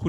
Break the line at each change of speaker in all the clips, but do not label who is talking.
คุ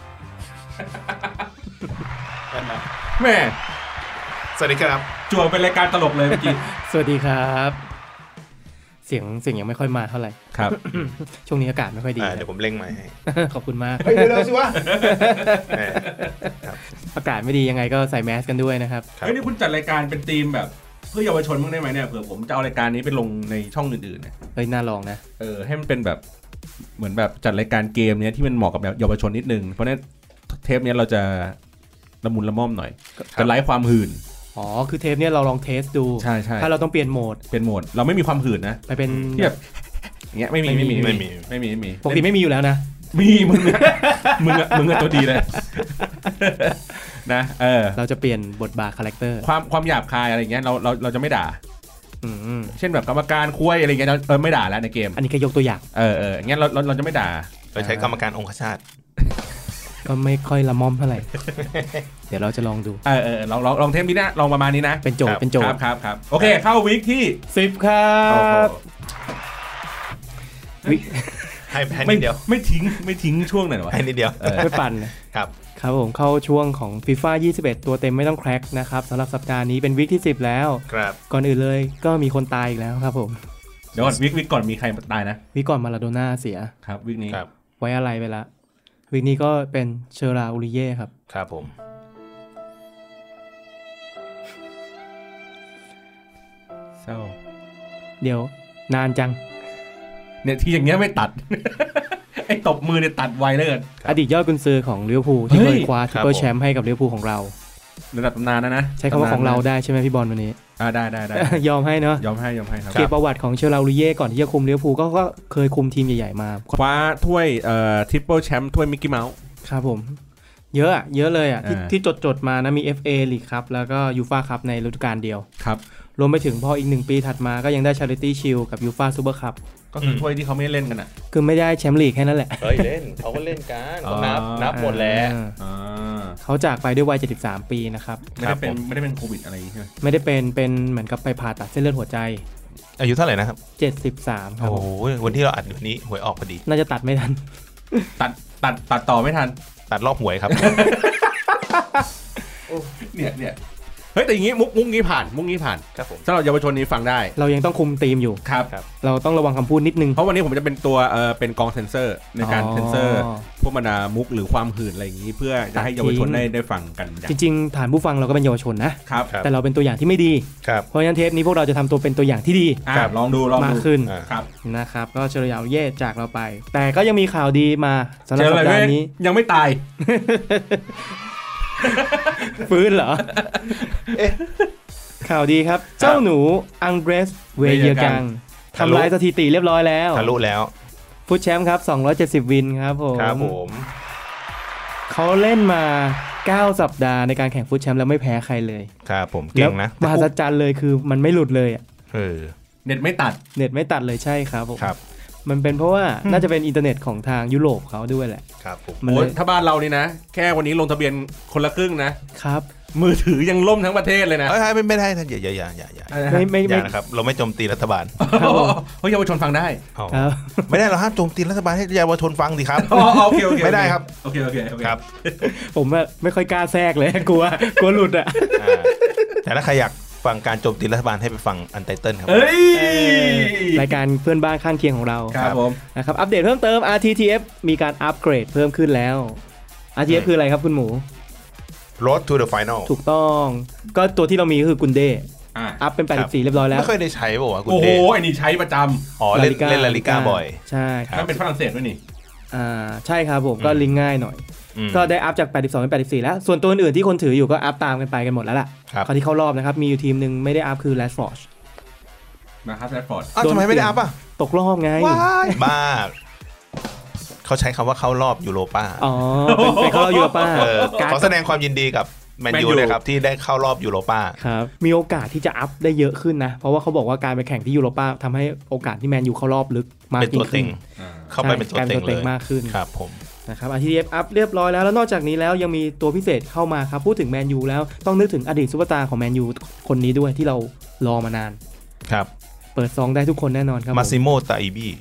แม่
สวัสดีครับ
จวงเป็นรายการตลกเลยเมื่อกี้
สวัสดีครับ เสียงเสียงยังไม่ค่อยมาเท่าไหร่
ครับ
ช่วงนี้อากาศไม่ค่อยดี
อ่า
นะ
เดี๋ยวผมเล่งไม้ให้
ขอบคุณมาก
เฮ้ยเร็วๆสิวะแหม
อากาศไม่ดียังไงก็ใส่แมสกันด้วยนะครับ
ครับ
เฮ้ยนี่คุณจัดรายการเป็นธีมแบบเพื่อเยาวชนบ้างได้ไหมเนี่ยเผื่อผมจะเอารายการนี้ไปลงในช่องอื่นๆเนี่ย
เฮ้ยน่าลองนะ
เออให้มันเป็นแบบเหมือนแบบจัดรายการเกมเนี้ยที่มันเหมาะกับแบบเยาวชนนิดนึงเพราะฉะนั้นเทปเนี้ยเราจะละมุนละม่อมหน่อยแต่ไร้ความหื่น
อ๋อ คือเทปเนี้ยเราลองเทสดู
ใช่ใช่
ถ้าเราต้องเปลี่ยนโหมด
เป็นโหมดเราไม่มีความหื่นนะ
ไปเป็น
ที่แบบอย่างเงี้ยไม่มี
ไม่
ไม่มี
มี
ไม่มี
ไม่มีไม่มี
ปกติไม่มีอยู่แล้วนะ
มีมึงอะ มึงอะมึงอะตัวดีเลย นะเออ
เราจะเปลี่ยนบทบาทคาแรคเตอร์
ความความหยาบคายอะไรอย่างเงี้ยเราเราเราจะไม่ด่า
อืม
เช่นแบบกรรมการคุยอะไรอย่างเงี้ยเราเออไม่ด่าแล้วในเกม
อันนี้แค่ยกตัวอย่าง
เออเอออย่างเงี้ยเราเราเราจะไม่ด่า
เราใช้กรรมการองคชาต
ก็ไม่ค่อยละม่อมเท่าไหร่ เดี๋ยวเราจะลองดู
เออเออลองลองลองเทปนี้นะลองประมาณนี้นะ
เป็นโจทย์เป็นโจ
ครั
ท
บ
ย์
ครับครับโอเค เข้าวิกที่
สิบครั
โอ้โห
บวิ
ให้ให้
ไม่
นิดเดียว
ไม่ทิ้งไม่ทิ้งช่วงไหนหรอวะ
ให้นิดเดียว
เออ
ไม่ปั่นนะ
ครับ
ครับผมเข้าช่วงของ FIFA 21 ตัวเต็มไม่ต้องแครกนะครับสำหรับสัปดาห์นี้เป็นวิกที่ 10 แล้ว
ครับ
ก่อนอื่นเลยก็มีคนตายอีกแล้วครับผม
เดี๋ยวก่อนวิกวิกก่อนมีใครตายนะ
วิกก่อนมาลาโดน่าเสีย
ครับวิกนี้
ครับ
ไว้อะไรไปละ วิกนี้ก็เป็นเชอราอุริเย่ครับ
ครับผม
เศร้า
เดี๋ยว นานจัง
เนี่ยที่อย่างเงี้ยไม่ตัด ไอ้ตบมือเนี่ยตัดไวเหลยเกิน
ครับ
อดีตยอดกุนซือของลิเวอร์พูลที่
เฮ้
เค
ย
ยคว้า
ค
ท
รับ
ริปเปิล
ผม
แชมป์ให้กับลิเวอร์พูลของเรา
ระดับตำนานนะนะ
ใช้คำว่าของเราได้ใช่ไหมพี่บอลวันนี้
อ่าได้ได้ได้
ยอมให้เนาะ
ยอมให้ยอมให้ครับ
เก็บประวัติของเชอราอุริเย่ก่อนที่จะคุมลิเวอร์พูลก็ก็เคยคุมทีมใหญ่ๆมา
คว้าถ้วยเอ่อทริปเปิลแชมป์ถ้วยมิกกี้เมาส์
ครับผมเยอะอะเยอะเลยอะที่
อ่า
ที่จดจดๆมานะมี FA ลีกครับแล้วก็ยูฟาคัพในฤดูกาลเดียว
ครับ
รวมไปถึงพออีกหนึ่งปีถัดมาก็ยังได้ชาริตี้ชิลกับยูฟาซูเปอร์คัพ
ก็คืออ
ม
ถ้วยที่เขาไม่ได้เล่นกันอ่ะ
คือไม่ได้แชมป์ลีกแค่นั้นแหละ
เฮ้ยเล่น เขาก็เล่นกัน
เขานับอ๋อนับหมดแล้
อ่า
อ่า
เขาจากไปด้วยวัย 73 ปีนะครับ
ไม่ได้เป็นไม่ได้เป็นโควิดอะไรอย่างงี้ใช่ไหม
ไม่ได้เป็นเป็นเหมือนกับไปผ่าตัดเส้นเลือดหัวใจ
อายุเท่าไหร่นะครับ
73 ครับ
โอ้
ผม
โห วันที่เราอัดวันนี้หวยออกพอดี
น่าจะตัดไม่ทัน
ตัดตัดตัดต่อไม่ทัน
ตัดรอบหวยครับ
เนี่ยเนี่ยเฮ้ยแต่อย่างงี้มุกมุกนี้ผ่านมุกนี้ผ่าน
ครับผม
สำหรับเยาวชนนี้ฟังได้
เรายังต้องคุมทีมอยู่
ครับ
เราต้องระวังคำพูดนิดนึง
เพราะวันนี้ผมจะเป็นตัวเอ่อเป็นกองเซนเซอร์ในการ
อ๋อ
เซนเซอร์พวกบรรดามุกหรือความหื่นอะไรอย่างนี้เพื่อจะให้เยาวชนได้ได้ฟังกันอย่าง
จริงๆ ฐานผู้ฟังเราก็เป็นเยาวชนนะ
ครับ
ครับ
แต่เราเป็นตัวอย่างที่ไม่ดี
ครับ
เพราะฉะนั้นเทปนี้พวกเราจะทำตัวเป็นตัวอย่างที่ดี
อ่ะ
ครับ
ลองดูลอง
มา
ดู
กขึ้น
อ่า
ครับ
นะครับก็เชลยาวเย่จากเราไป แต่ก็ยังมีข่าวดีมาสำห
เจ
รับ
ออะ
สั
ไร
ป
ไหม
ดาห์นี้
ยังไม่ตาย
ฟื้นเหรอ ข่าวดีครับ เจ้าหนูอังเดรสเวเยอร์กัง
ทะลุ
ทำลายสถิติเรียบร้อยแล้ว
ทะลุแล้ว
ฟุตแชมป์ครับ 270 วินครับผม
ครับผม
เขาเล่นมา 9 สัปดาห์ในการแข่งฟุตแชมป์แล้วไม่แพ้ใครเลย
ครับผม เก่งนะ
แล้วมหัศจรรย์เลยคือมันไม่หลุดเลยอะ
เออ
เน็ตไม่ตัด
เน็ตไม่ตัดเลยใช่ครับผม
ครับ
มันเป็นเพราะว่าน่าจะเป็นอินเทอร์เน็ตของทางยุโรปเขาด้วยแหละ
ครับผม
มัน
โอ้
เลย ย
ถ้าบ้านเรานี่นะ แค่วันนี้ลงทะเบียนคนละครึ่งนะ
ครับ
มือถือยังล่มทั้งประเทศเลยนะ
เฮ้ยเฮ้ยไม่ไม่ได้นะอย่าอย่าอย่าอย่าอย่า
อะไรนะ
ไม่ไม่
อย่า
ไม่
นะครับ เราไม่โจมตีรัฐบาล
ครับผม
เฮ้ยเยาวชนฟังได้
เอา
ครับ
ไม่ได้เราห้ามโจมตีรัฐบาลให้เยาวชนฟังสิครับ
อ๋อโอเคโอเคโอเ
ไม่ได้ครับ
โอเคโอเคโอเ
ครับ
ผมอะไม่ค่อยกล้าแทรกเลยกลัวกลัวหลุดอะ
อ่าแต่ถ้าใครอยากฟังการโจมตีรัฐบาลให้ไปฟังอันไตเติลครับ
เอ้ย
เออรายการเพื่อนบ้านข้างเคียงของเรา
ครับผม
นะครับอัปเดตเพิ่มเติม RTTF มีการอัปเกรดเพิ่มขึ้นแล้ว RTTF
อืม
คืออะไรครับคุณหมู
Road to the Final
ถูกต้อง ก็ตัวที่เรามีก็คือกุนเด
อ่ะ
อัพเป็น 84 เรียบร้อยแล้ว
ไม่ค่อยได้ใช้ป่าวะคุณ
โอ้โห
เดช
ไอ้นี่ใช้ประจ
อ๋อเล่นเล่นลาลิก้าบ่อย
ใช่
ำแล้วเป็นฝรั่งเศสด้วยนี่
อ่าใช่ครับผมก็ลิงก์ง่ายหน่อย
อืม
ก็ได้อัพจาก 82 เป็น 84 แล้ว ส่วนตัวอื่นๆที่คนถืออยู่ก็อัพตามกันไปกันหมดแล้วล่ะ
ครับ
นที่เข้ารอบนะครับ มีอยู่ทีมหนึ่งไม่ได้อัพคือ l a s f o r g e
มาครับแซฟฟอร์ด
อ้าวทำไมไม่ได้อัพอ่ะ
ตกรอบไง
บ้าเขาใช้คำว่าเข้ารอบยูโรป้า
อ๋อเป็นเป็นเข้ารอบยูโรป้า
เออ
การ
ขอแสดงความยินดีกับ แมน
Man
ยู
U
นะครับที่ได้เข้ารอบยูโรป้า
ครับมีโอกาสที่จะอัพได้เยอะขึ้นนะ เพราะว่าเขาบอกว่าการไปแข่งที่ยุโรปาทำให้โอกาสที่แมนยูเข้ารอบลึกมาก
เป็น
ยิ่
ตัว
ง
เต็
ขึ้
ง
น
เข้าไปเป็นตัว
ใช่กลาย
เต็
เป็
ง
นตัว
เล
เต็ง
ย
มากขึ้น
ครับผม
นะครับอาทีเอฟอัพเรียบร้อยแล้ว แล้วนอกจากนี้แล้วยังมีตัวพิเศษเข้ามาครับ พูดถึงแมนยูแล้วต้องนึกถึงอดีตซูเปอร์สตาร์ของแมนยูคนนี้ด้วยที่เรารอมานาน
ครับ
เปิดซองได้ทุกคนแน่นอนครับ
มา
ผ
ซิโมตาอีบี
ม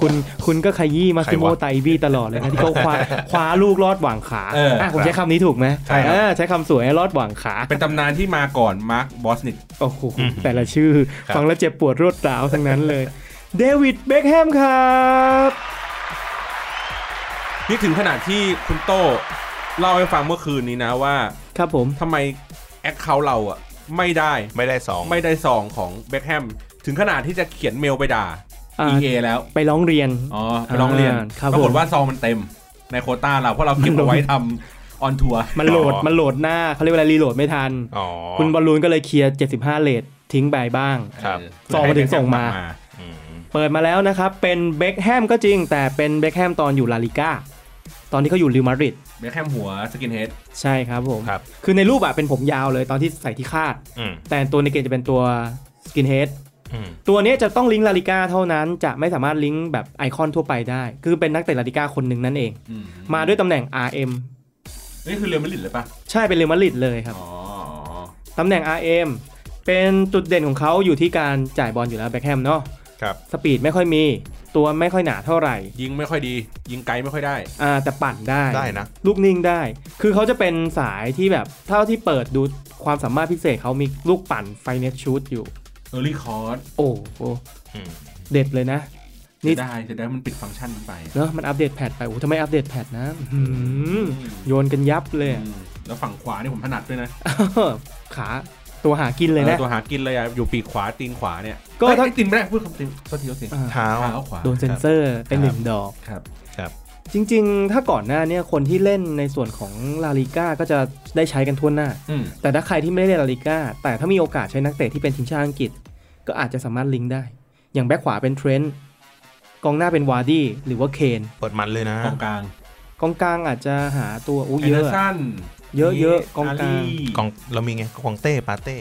คุณคุณก็ขยี้มาซิโม
ใครวะ
ไตบี้ตลอดเลยนะ ที่เขาคว้าคว้าลูกรอดหว่างขา
เอออ่
ะผมใช้คำนี้ถูกไหม
ใช่ครับ
อ่าใช้คำสวยรอดหว่างขา
เป็นตำนานที่มาก่อนมาร์คบอสนิก
โอ้โห
อืม
แต่ละชื่อ
ครับ
ฟังแล้วเจ็บปวดรวดร้าวทั้งนั้นเลย เดวิดเบคแฮมครับ
นี่ถึงขนาดที่คุณโต้เล่าให้ฟังเมื่อคืนนี้นะว่า
ครับผม
ทำไมแอคเคาท์เราอ่ะไม่ได้
ไม่ได้สอง
ไม่ได้ซองของเบคแฮมถึงขนาดที่จะเขียนเมลไปด่า
อ่า
EA แล้ว
ไปร้องเรียน
อ๋อไปร้องเรียน
อ่าครับ
ปรากฏ
ผม
ว่าซองมันเต็มในโควต้าเราเพราะเรา เก็บเอาไว้ทำออนทัวร์
มันโหลด
อ๋อ
มันโหลดหน้าเขาเรียกว่าอะไรรีโหลดไม่ทัน
อ๋อ
คุณบอลลูนก็เลยเคลียร์ 75 เลททิ้งไปบ้าง
ครับ
ส่งมาถึงส่งมา
อืม
เปิดมาแล้วนะครับ เป็นเบคแฮมก็จริง แต่เป็นเบคแฮมตอนอยู่ลาลิก้า ตอนที่เขาอยู่ริวมาดริด
เบคแฮมหัวสกินเฮด
ใช่ครับผม
ครับ
คือในรูปอะเป็นผมยาวเลยตอนที่ใส่ที่คาด
อืม
แต่ตัวในเกมจะเป็นตัวสกินเฮด
อืม
ตัวเนี้ยจะต้องลิงก์ลาลิก้าเท่านั้น จะไม่สามารถลิงก์แบบไอคอนทั่วไปได้ คือเป็นนักเตะลาลิก้าคนหนึ่งนั่นเอง มาด้วยตำแหน่ง RM
นี่คือเรียวมาดริดเลยปะ
ใช่เป็นเรอัลมาดริดเลยครับ
อ๋อ
ตำแหน่ง RM เป็นจุดเด่นของเขาอยู่ที่การจ่ายบอลอยู่แล้วเบคแฮมเนาะ
ครับ
สปีดไม่ค่อยมี ตัวไม่ค่อยหนาเท่าไหร่
ยิงไม่ค่อยดี ยิงไกลไม่ค่อยได้
อ่าแต่ปั่นได้
ได้นะ
ลูกนิ่งได้ คือเขาจะเป็นสายที่แบบ เท่าที่เปิดดูความสามารถพิเศษเขามีลูกปั่นไฟเน็ตชูตอยู่
เออร์ลี่คอร์ส
โอ้โห
อืม
เด็ดเลยนะ นี่
จะได้จะได้มันปิดฟังก์ชันมันไป
เนอะมันอัปเดตแพทไป โอ้โหทำไมอัปเดตแพทนะอื้อหือโยนกันยับเลยอะ
อืมแล้วฝั่งขวานี่ผมถนัดด้วยนะ
ขาตัวหากินเลย
อ
นะ
อตัวหากินเลยอะอยู่ปีกขวาตีนขวาเนี่ย
ก็ถ้า
เอ้ยตีนไม่ได้พูดคำตีนก็ทีก็ตีน
อ่า
เท้า
เท้าขวา
โดนเซ็นเซอร์เป็นหนึ่งดอก
ครับ
จริง ๆ ถ้าก่อนหน้าเนี่ยคนที่เล่นในส่วนของลาลิก้าก็จะได้ใช้กันทั่วหน้า
อืม
แต่ถ้าใครที่ไม่ได้เล่นลาลิก้า แต่ถ้ามีโอกาสใช้นักเตะที่เป็นทีมชาติอังกฤษ ก็อาจจะสามารถลิงก์ได้ อย่างแบ็คขวาเป็นเทรนต์กองหน้าเป็นวาร์ดี้หรือว่าเคน
เปิดมันเลยนะ
กองกลาง
กองกลางอาจจะหาตัวโอ้
แน
เย
เดอ
อะ
ร์สัน
เยอะเยอะกองกลาง
ลี่
กองเรามีไงกองเต้ปาเต้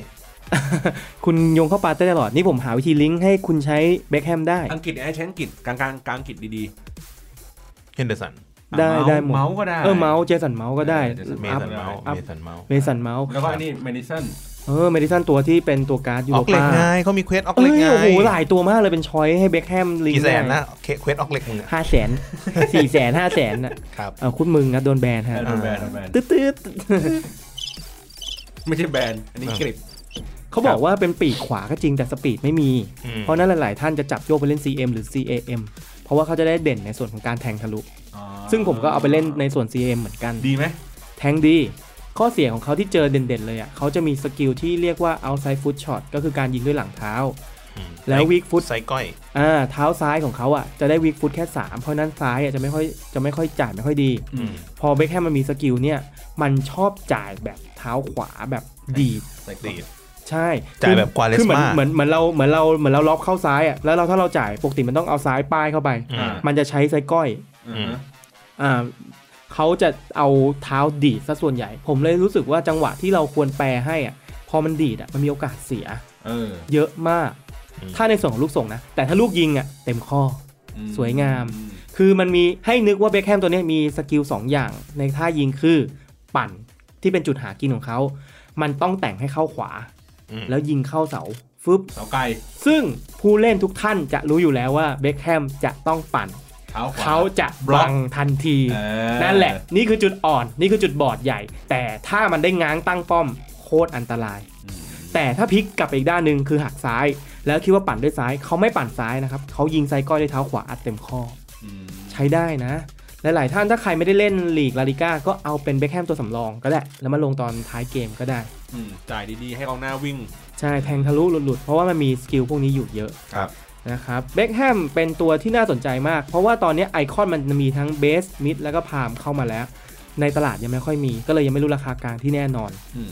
คุณโยงเข้าปาเต้ตลอด นี่ผมหาวิธีลิงก์ให้คุณใช้เบคแฮมได้
อังกฤษไอ้ใช้อังกฤษกลางกลางกลางอังกฤษดี
เฮนเดอร์สัน
ๆอ่ะ
ได้ได้
เาส์
หมด
เมาส์ก็ได้
เออเมาส์เจสันเมาส์ก็ได้
เจสัน
เม
อัพ
สันเมาส์
อัพ
เมสันเมาส์
เมสันเมาส์
แล้วก็อันนี้เมดิสัน
เออเมดิสันตัวที่เป็นตัวการ์ดยู
อ
โร
อกเหล็ก
ปา
ไงเขามีเควสออกเห
เอ้
ล็ก
ย
ไง
โอ้โหหลายตัวมากเลยเป็นช้อยให้เบคแฮมลิง
กี่
ก์
แส
ได้
นนะเคเควสออกเหล็กมึงอะ
ห้าแส นสี่แสนห้าแสนอ่ะ
ครับ
เอาคุณมึงนะโดนแบนฮะ
เออโดนแบนโดนแบน
ตืดตืด
ไม่ใช่แบนอันนี้กริป
เขาบอกว่าเป็นปีกขวาก็จริงแต่สปีดไม่มี
อืม
เพราะฉะนั้นหลาย ๆ ท่านจะจับโยกไปเล่น CM หรือ CAM เพราะว่าเขาจะได้เด่นในส่วนของการแทงทะลุ ซึ่งผมก็เอาไปเล่นในส่วน CM เหมือนกัน
ดีไหม
แทงดี ข้อเสียของเขาที่เจอเด่น ๆ เลยอ่ะเขาจะมีสกิลที่เรียกว่า outside foot shot ก็คือการยิงด้วยหลังเท้า
อืม
แล้ว weak foot
ไซก้อย
อ่าเท้าซ้ายของเขาอ่ะจะได้ weak foot แค่ 3 เพราะฉะนั้นซ้ายอ่ะจะไม่ค่อยจะไม่ค่อยจ่ายไม่ค่อยดี
อืม
พอเบคแฮมมันมีสกิลเนี่ยมันชอบจ่ายแบบเท้าขวาแบบดีด
ใส่ก
ดี
รีด
ใช่
จ่ายแบบกวาเลสมา
คือเหมือนเหมือนเหมือนเราเหมือนเราเหมือนเราล็อกเข้าซ้ายอ่ะ แล้วเราถ้าเราจ่ายปกติมันต้องเอาซ้ายป้ายเข้าไป
อืม
มันจะใช้ไซก้อย
อืม
อ่าเขาจะเอาเท้าดีดซะส่วนใหญ่ ผมเลยรู้สึกว่าจังหวะที่เราควรแปลให้อ่ะ พอมันดีดอ่ะ มันมีโอกาสเสีย
เออ
เยอะมาก
อืม
ถ้าในส่วนของลูกส่งนะ แต่ถ้าลูกยิงอ่ะ เต็มข้อ
อืม
สวยงาม คือมันมีให้นึกว่าเบคแฮมตัวเนี้ยมีสกิล2อย่าง ในท่ายิงคือปั่นที่เป็นจุดหากินของเขา มันต้องแต่งให้เข้าขวา
อืม
แล้วยิงเข้าเสาฟึบ
เสาไกล
ซึ่งผู้เล่นทุกท่านจะรู้อยู่แล้วว่าเบคแฮมจะต้องปั่น
เท้าขวา
เขาจะ
บล็อก
บังทันที
เออ
นั่นแหละ นี่คือจุดอ่อน นี่คือจุดบอดใหญ่ แต่ถ้ามันได้ง้างตั้งป้อมโคตรอันตราย
อืม
แต่ถ้าพลิกกลับไปอีกด้านหนึ่งคือหักซ้าย แล้วคิดว่าปั่นด้วยซ้ายเขาไม่ปั่นซ้ายนะครับเขายิงไซก้อยด้วยเท้าขวาอัดเต็มข้อ
อืม
ใช้ได้นะ หลาย ๆ ท่านถ้าใครไม่ได้เล่นลีกลาลิก้าก็เอาเป็นเบคแฮมตัวสำรองก็ได้ แล้วมาลงตอนท้ายเกมก็ได้
อืมจ่ายดีๆ ให้กองหน้าวิ่ง
ใช่แทงทะลุหลุดๆเพราะว่ามันมีสกิลพวกนี้อยู่เยอะ
ครับ
นะครับเบคแฮมเป็นตัวที่น่าสนใจมาก เพราะว่าตอนนี้ไอคอนมันมีทั้งเบสมิดแล้วก็พามเข้ามาแล้ว ในตลาดยังไม่ค่อยมี ก็เลยยังไม่รู้ราคากลางที่แน่นอน
อืม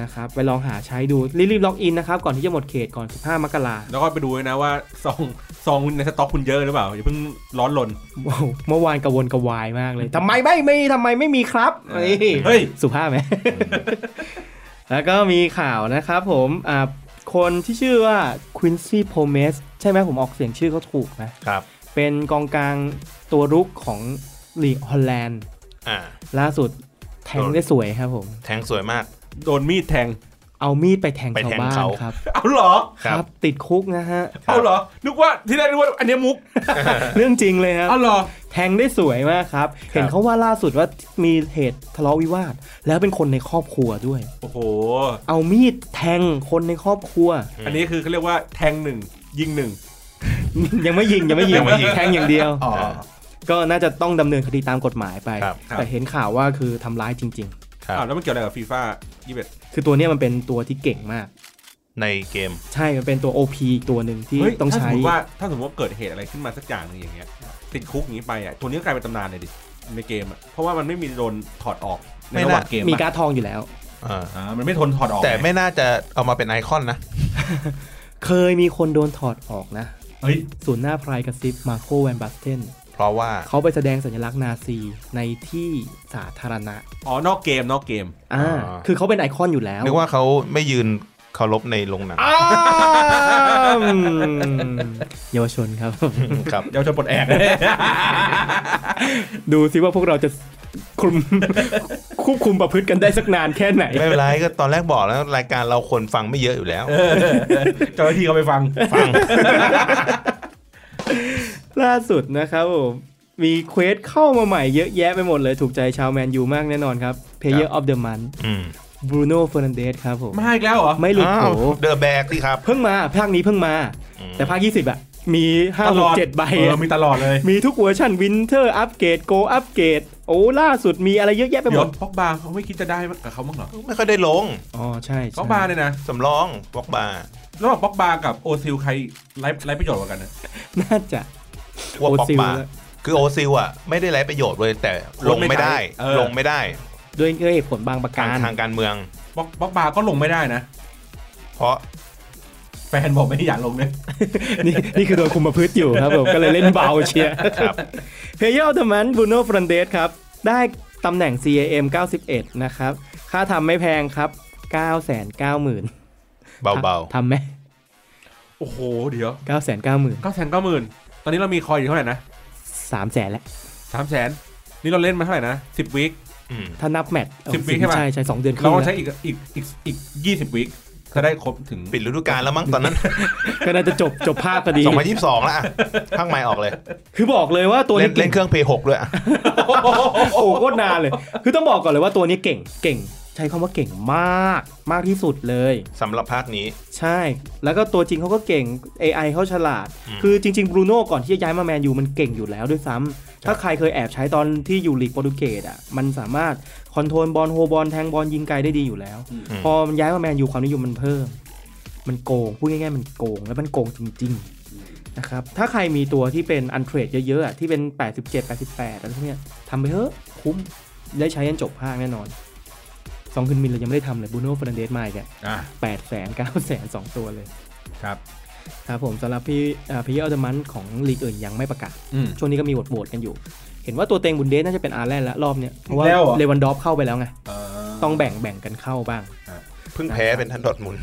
นะครับไปลองหาใช้ดูรีบๆล็อกอินนะครับก่อนที่จะหมดเขตก่อน 15 มกรา
แล้วก็ไปดูด้วยนะว่าซอง ซองในสต็อกคุณเยอะหรือเปล่าอย่าเพิ่งร้อนรน
โอ้โห เมื่อวานกระวนกระวายมากเลยทำไมไม่มีทำไมไม่มีครับนี่
เฮ้ย
สุภาพไหม แล้วก็มีข่าวนะครับผมอ่าคนที่ชื่อว่าควินซี่โพเมสใช่ไหมผมออกเสียงชื่อเขาถูกไหม
ครับ
เป็นกองกลางตัวรุกของลีกฮอลแลนด์
อ่า
ล่าสุดแทงได้สวยครับผม
แทงสวยมาก
โดนมีดแทง
เอามีดไปแทง
ไป
ชาว
แทง
บ้าน
เขา
ครับ
เอาเหรอ
ครับ
ติดคุกนะฮะ
เอาเหรอ นึกว่าที่แรกนึกว่าอันเนี้ยมุก
เรื่องจริงเลยครับ
เอาเหรอ
แทงได้สวยมากครับ เห็นเขาว่าล่าสุดว่ามีเหตุทะเลาะวิวาท แล้วเป็นคนในครอบครัวด้วย
โอ้โห
เอามีดแทงคนในครอบครัว
อืม
อันนี้คือเขาเรียกว่าแทงหนึ่งยิงหนึ่ง
ยังไม่ยิงยังไม่ยิ
ยังไม่ยิง
แทงอย่างเดียว
อ๋อ
ก็น่าจะต้องดำเนินคดีตามกฎหมายไป
ครับครับ
แต่เห็นข่าวว่าคือทำร้ายจริง
ครับ
อ้าวแล้วมันเกี่ยวอะไรกับฟีฟ่ายี่สิบ
ๆ คือตัวเนี้ยมันเป็นตัวที่เก่งมาก
ในเกม
ใช่มันเป็นตัว OP อีกตัวหนึ่งที่
เฮ้ย
ต้องใช้
ถ้าสมมติว่าถ้าสมมติว่าเกิดเหตุอะไรขึ้นมาสักอย่างหนึงอย่างเงี้ยติดคุกอย่างนี้ไปอ่ะตัวนี้ก็กลายเป็นตำนานเลยดิในเกมอ่ะเพราะว่ามันไม่มีโดนถอดออกในระหว่างเกม
มี
อะ
การดทองอยู่แล้ว
อ่า
อ่ามันไม่ทนถอดออก
แต่
ง
ไม่น่าจะเอามาเป็นไอคอนนะ
เคยมีคนโดนถอดออกนะ
เฮ้ย
ศูนย์หน้าพรายกระซิบมาโคแวนบัสเทน
เพราะว่า
เขาไปแสดงสัญลักษณ์นาซีในที่สาธารณะ
อ๋อนอกเกมนอกเกม
อ่า
อ่า
คือเขาเป็นไอคอนอยู่แล้ว
นึกว่าเขาไม่ยืนเคารพในโรงหนัง
อ้าวอืม เยาวชนครับ
ครับ
เดี๋ยวจะปลดแอก
ดูซิว่าพวกเราจะคุม ควบคุมประพฤติกันได้สักนานแค่ไหน
ไม่เป็นไรก็ตอนแรกบอกแล้วรายการเราคนฟังไม่เยอะอยู่แล้ว
เจ้าหน้าที่เขาไปฟัง
ฟัง
ล่าสุดนะครับผม มีเควสเข้ามาใหม่เยอะแยะไปหมดเลยถูกใจชาวแมนยูมากแน่นอนครับ Player of the Month
อืม
Bruno Fernandes ครับผม
มาอีกแล้วเหรอ
ไม่หลุดโผ
เดอะแบกที่ครับ
เพิ่งมาภาคนี้เพิ่งมา
อืม
แต่ภาค 20 อ่ะ มีห้า
ต
ห
ล
ก
อด
เจ็ดใบ
เออ
อะ
มีตลอดเลย
มีทุกเวอร์ชันวินเทอร์อัปเกรดโกอัปเกรดโอ้ล่าสุดมีอะไรเยอะแยะไปห
เดี๋
ม
ยว
ด
พอกบาเขาไม่คิดจะได้กับเขาบ้างเหรอ
ไม่ค่อยได้ลง
อ๋อใช่ใช่
พอกบาเนี่ยนะ
สำรองบล็อกบาร์
ระหว่างพอกบากับโอซิลใครไร้ไร้ประโยชน์กว่ากันนะ
น่าจะ
พวกบล็อก
ซิล
บาร์คือโอซิลอ่ะ ไม่ได้ไรประโยชน์เลยแต่ลงไม่ได้ ลงไม่ได้
ด้วยด้วยเหตุผลบางประ
ทาง
การ
ทางการเมือง
พอกพอกบาก็ลงไม่ได้นะ
เพราะ
แฟนบอกไม่อยากลงเลย
นี่นี่คือโดนคุมประพฤติอยู่ครับผม ก็เลยเล่นเบาเชียร์
ครับ
เพย์เยอร์เดมันบูโน่ฟรันเดสครับ ได้ตำแหน่ง CAM 91 นะครับ ค่าทำไม่แพงครับ 990,000
เบา
ทำไหม
โอ้โหเดี๋ยว
990,000
เก้าแสนเก้าหมื่นตอนนี้เรามีคอยอยู่เท่าไหร่นะ
300,000แล้ว
สามแสนนี่เราเล่นมาเท่าไหร่นะสิบวิค
ๆอืม
ถ้านับแมตช์
สิบวิใช่ปะ
ใช่ใช่สองเดือนค
เรา
รึ่ง
ก็
แล้
ใช้
ว
อีกอีกอีกอีกยี่สิบวิคจะได้ครบถึง
ปิดฤดูกาลแล้วมั้งตอนนั้น
ก็น่าจะจบจบภาคพอดี
2022แล้วอะข้างใหม่ออกเลย
คือบอกเลยว่าตัว
เล่
นี้
น
เก่
เล่
ง
นเครื่องเพย์หกด้วยอะ
โอ้โหโคตรนานเลย คือต้องบอกก่อนเลยว่าตัวนี้เก่ง เก่ง ใช้คำว่าเก่งมาก มากที่สุดเลย
สำหรับภาคนี้
ใช่ แล้วก็ตัวจริงเขาก็เก่ง AI เขาฉลาด
อืม
คือจริงๆบรูโน่ก่อนที่จะย้ายมาแมนยูมันเก่งอยู่แล้วด้วยซ้ำ ถ้าใครเคยแอบใช้ตอนที่อยู่ลีกโปรตุเกสอ่ะ มันสามารถคอนโทรลบอลโฮบอลแทงบอลยิงไกลได้ดีอยู่แล้ว พอมันย้ายมาแมนยูความนิยมมันเพิ่ม มันโกง พูดง่ายๆ มันโกง แล้วมันโกงจริงๆนะครับ ถ้าใครมีตัวที่เป็นอันเทรดเยอะๆอะที่เป็น 87 88อะไรพวกเนี้ยทำไปเถอะคุ้ม ได้ใช้ยันจบภาคแน่นอน สองคืนมินเรายังไม่ได้ทำเลยบูโน่ฟ r ร a นเดสมาอีกอะ
อ่ะ
แปดแสนเก้าแสนสองตัวเลย
ครับ
ครับผมสำหรับพี่อ่าพี่อัลเดมันของลีกอื่นยังไม่ประกาศ
อืม
ช่วงนี้ก็มีโหวตโหวตกันอยู่ เห็นว่าตัวเต็งบุนเดสน่าจะเป็นอาร์แลนด์ละรอบเนี้ยเพราะว่า
แล้วเหรอ
เลวันดอฟเข้าไปแล้วไง
เอ่อ
ต้องแบ่งแบ่งกันเข้าบ้าง
เพิ่งแพ้เป็นท่านดอร์ทมุนด์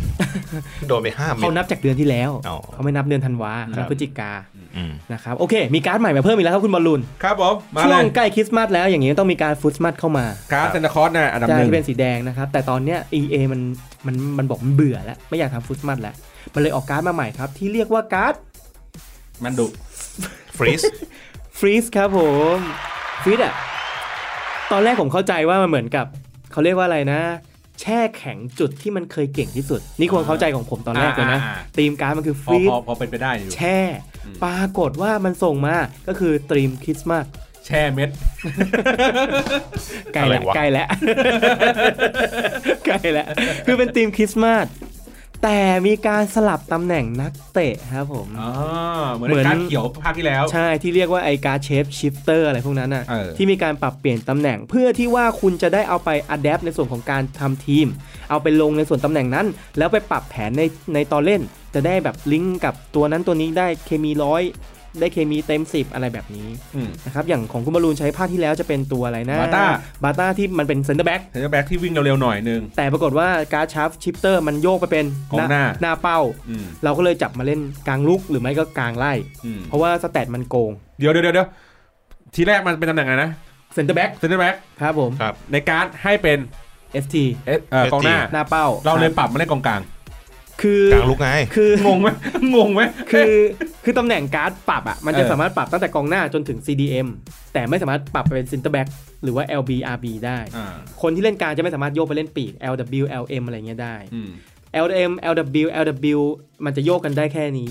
โดนไปห้าเม็
เขา
ด
นับจากเดือนที่แล้ว
อ๋อ
เขาไม่นับเดือนธันวา
ครับ
เขานับพฤศจิกา
อืม
นะครับ โอเค มีการ์ดใหม่มาเพิ่มอีกแล้วครับคุณบอลลูน
ครับผม มา
ช่
เล
วง
ย
ใกล้คริสต์มาสแล้วอย่างนี้ต้องมีการฟุตมาสเข้ามา
การ์ดเซนต์คอร์สนะอันดับ
จา
หนึ่ง
ที่เป็นสีแดงนะครับ แต่ตอนเนี้ย EA มันมันมันบอกมันเบื่อแล้ว ไม่อยากทำฟุตมาสแล้ว มันเลยออกการ์ดมาใหม่ครับ ที่เรียกว่าการ์ด
มันดุ
ฟรีส
ฟรีสครับผมฟรีสอะตอนแรกผมเข้าใจว่ามันเหมือนกับ เขาเรียกว่าอะไรนะ แช่แข็งจุดที่มันเคยเก่งที่สุด นี่ความเข้าใจของผมตอนแรกเลยนะ
อ่า
ธีมการ์ดมันคือฟ
อ่า
รีส
พอพอพอเป็นไปได้อยู่
แช่ ปรากฏว่ามันส่งมา ก็คือตรีมคริสต์มาส
แช่เม็ด
ใกล้แล้
อะ
ว
ไรวะ
ใกล้แล้ว ใกล้แล้ว คือเป็นตรีมคริสต์มาส แ แต่มีการสลับตำแหน่งนักเตะครับผม
อ๋อเหมือน
เหมือน
การเขียวภาคที่แล้ว
ใช่ที่เรียกว่าไอการเชฟชิฟเตอร์อะไรพวกนั้นอ่ะ
เออ
ที่มีการปรับเปลี่ยนตำแหน่ง เพื่อที่ว่าคุณจะได้เอาไปอัดแอปในส่วนของการทำทีม เอาไปลงในส่วนตำแหน่งนั้น แล้วไปปรับแผนในในตอนเล่น จะได้แบบลิงก์กับตัวนั้นตัวนี้ได้เคมีร้อยได้เคมีเต็ม 10 อะไรแบบนี้
อืม
นะครับอย่างของคุณบอลลูนใช้ภาคที่แล้วจะเป็นตัวอะไรนะ
Bata
บาต้าที่มันเป็นเซนเตอร์แบ็ก
เซนเตอร์แบ็กที่วิ่งเร็วๆหน่อยนึง
แต่ปรากฏว่าการชาร์ฟชิฟเตอร์มันโยกไปเป็น
กองหน้า
หน้าเป้า
อืม
เราก็เลยจับมาเล่นกลางลุกหรือไม่ก็กลางไล่
อืม
เพราะว่าสแตทมันโกง
เดี๋ยวเดี๋ยวเดี๋ยวทีแรกมันเป็นตำแหน่งอะไรนะ
เซนเตอร์แบ็ก
เซนเตอร์แบ็ก
ครับผม
ครับ
ในการดให้เป็น
ST
เอสเอ่อกองหน้า
หน้าเป้า
เราเลยปรับมาเล่นกองกลาง
คือก
ลางลุกไง
คือง
งไหม งงไหม
คือคือตำแหน่งการ์ดปรับอ่ะ มันจะ
เออ
สามารถปรับตั้งแต่กองหน้าจนถึง CDM แต่ไม่สามารถปรับไปเป็นซินเตอร์แบ็กหรือว่า LB RB ได้
อ่า
คนที่เล่นกลางจะไม่สามารถโยกไปเล่นปีก LW LM อะไรเงี้ยได้
อืม
LM LW LW มันจะโยกกันได้แค่นี้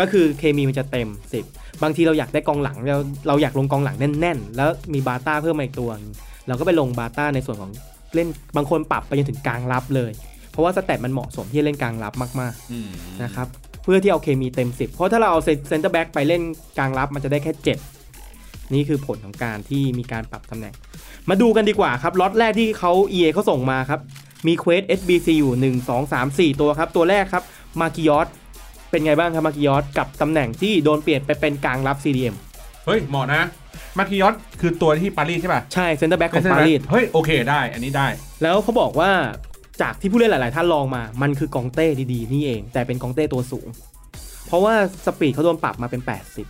ก็คือเคมีมันจะเต็ม 10 บางทีเราอยากได้กองหลังเราเราอยากลงกองหลังแน่นๆ แล้วมีบาต้าเพิ่มมาอีกตัวหนึ่งเราก็ไปลงบาต้าในส่วนของเล่นบางคนปรับไปจนถึงกลางรับเลย เพราะว่าสแตทมันเหมาะสมที่จะเล่นกลางรับมาก
อืม
ๆนะครับเพื่อที่เอาเคมีเต็ม 10 เพราะถ้าเราเอาเซนเตอร์แบ็กไปเล่นกลางรับมันจะได้แค่ 7 นี่คือผลของการที่มีการปรับตำแหน่ง มาดูกันดีกว่าครับล็อตแรกที่เขา EA เขาส่งมาครับ มีเควส SBC อยู่ 1 2 3 4 ตัวครับ ตัวแรกครับมากิยอสเป็นไงบ้างครับมากิยอสกับตำแหน่งที่โดนเปลี่ยนไปเป็นกลางรับ CDM
เฮ้ย เหมาะนะ มาคิยอสคือตัวที่ปารีสใช่ป่ะ
ใช่เซนเตอร์แบ็กของปารีส
เฮ้ย โอเคได้ อันนี้ได้
แล้วเขาบอกว่าจากที่ผู้เล่นหลาย ๆ ท่านลองมา มันคือกองเต้ดี ๆ นี่เอง แต่เป็นกองเต้ตัวสูง เพราะว่าสปีดเขาโดนปรับมาเป็น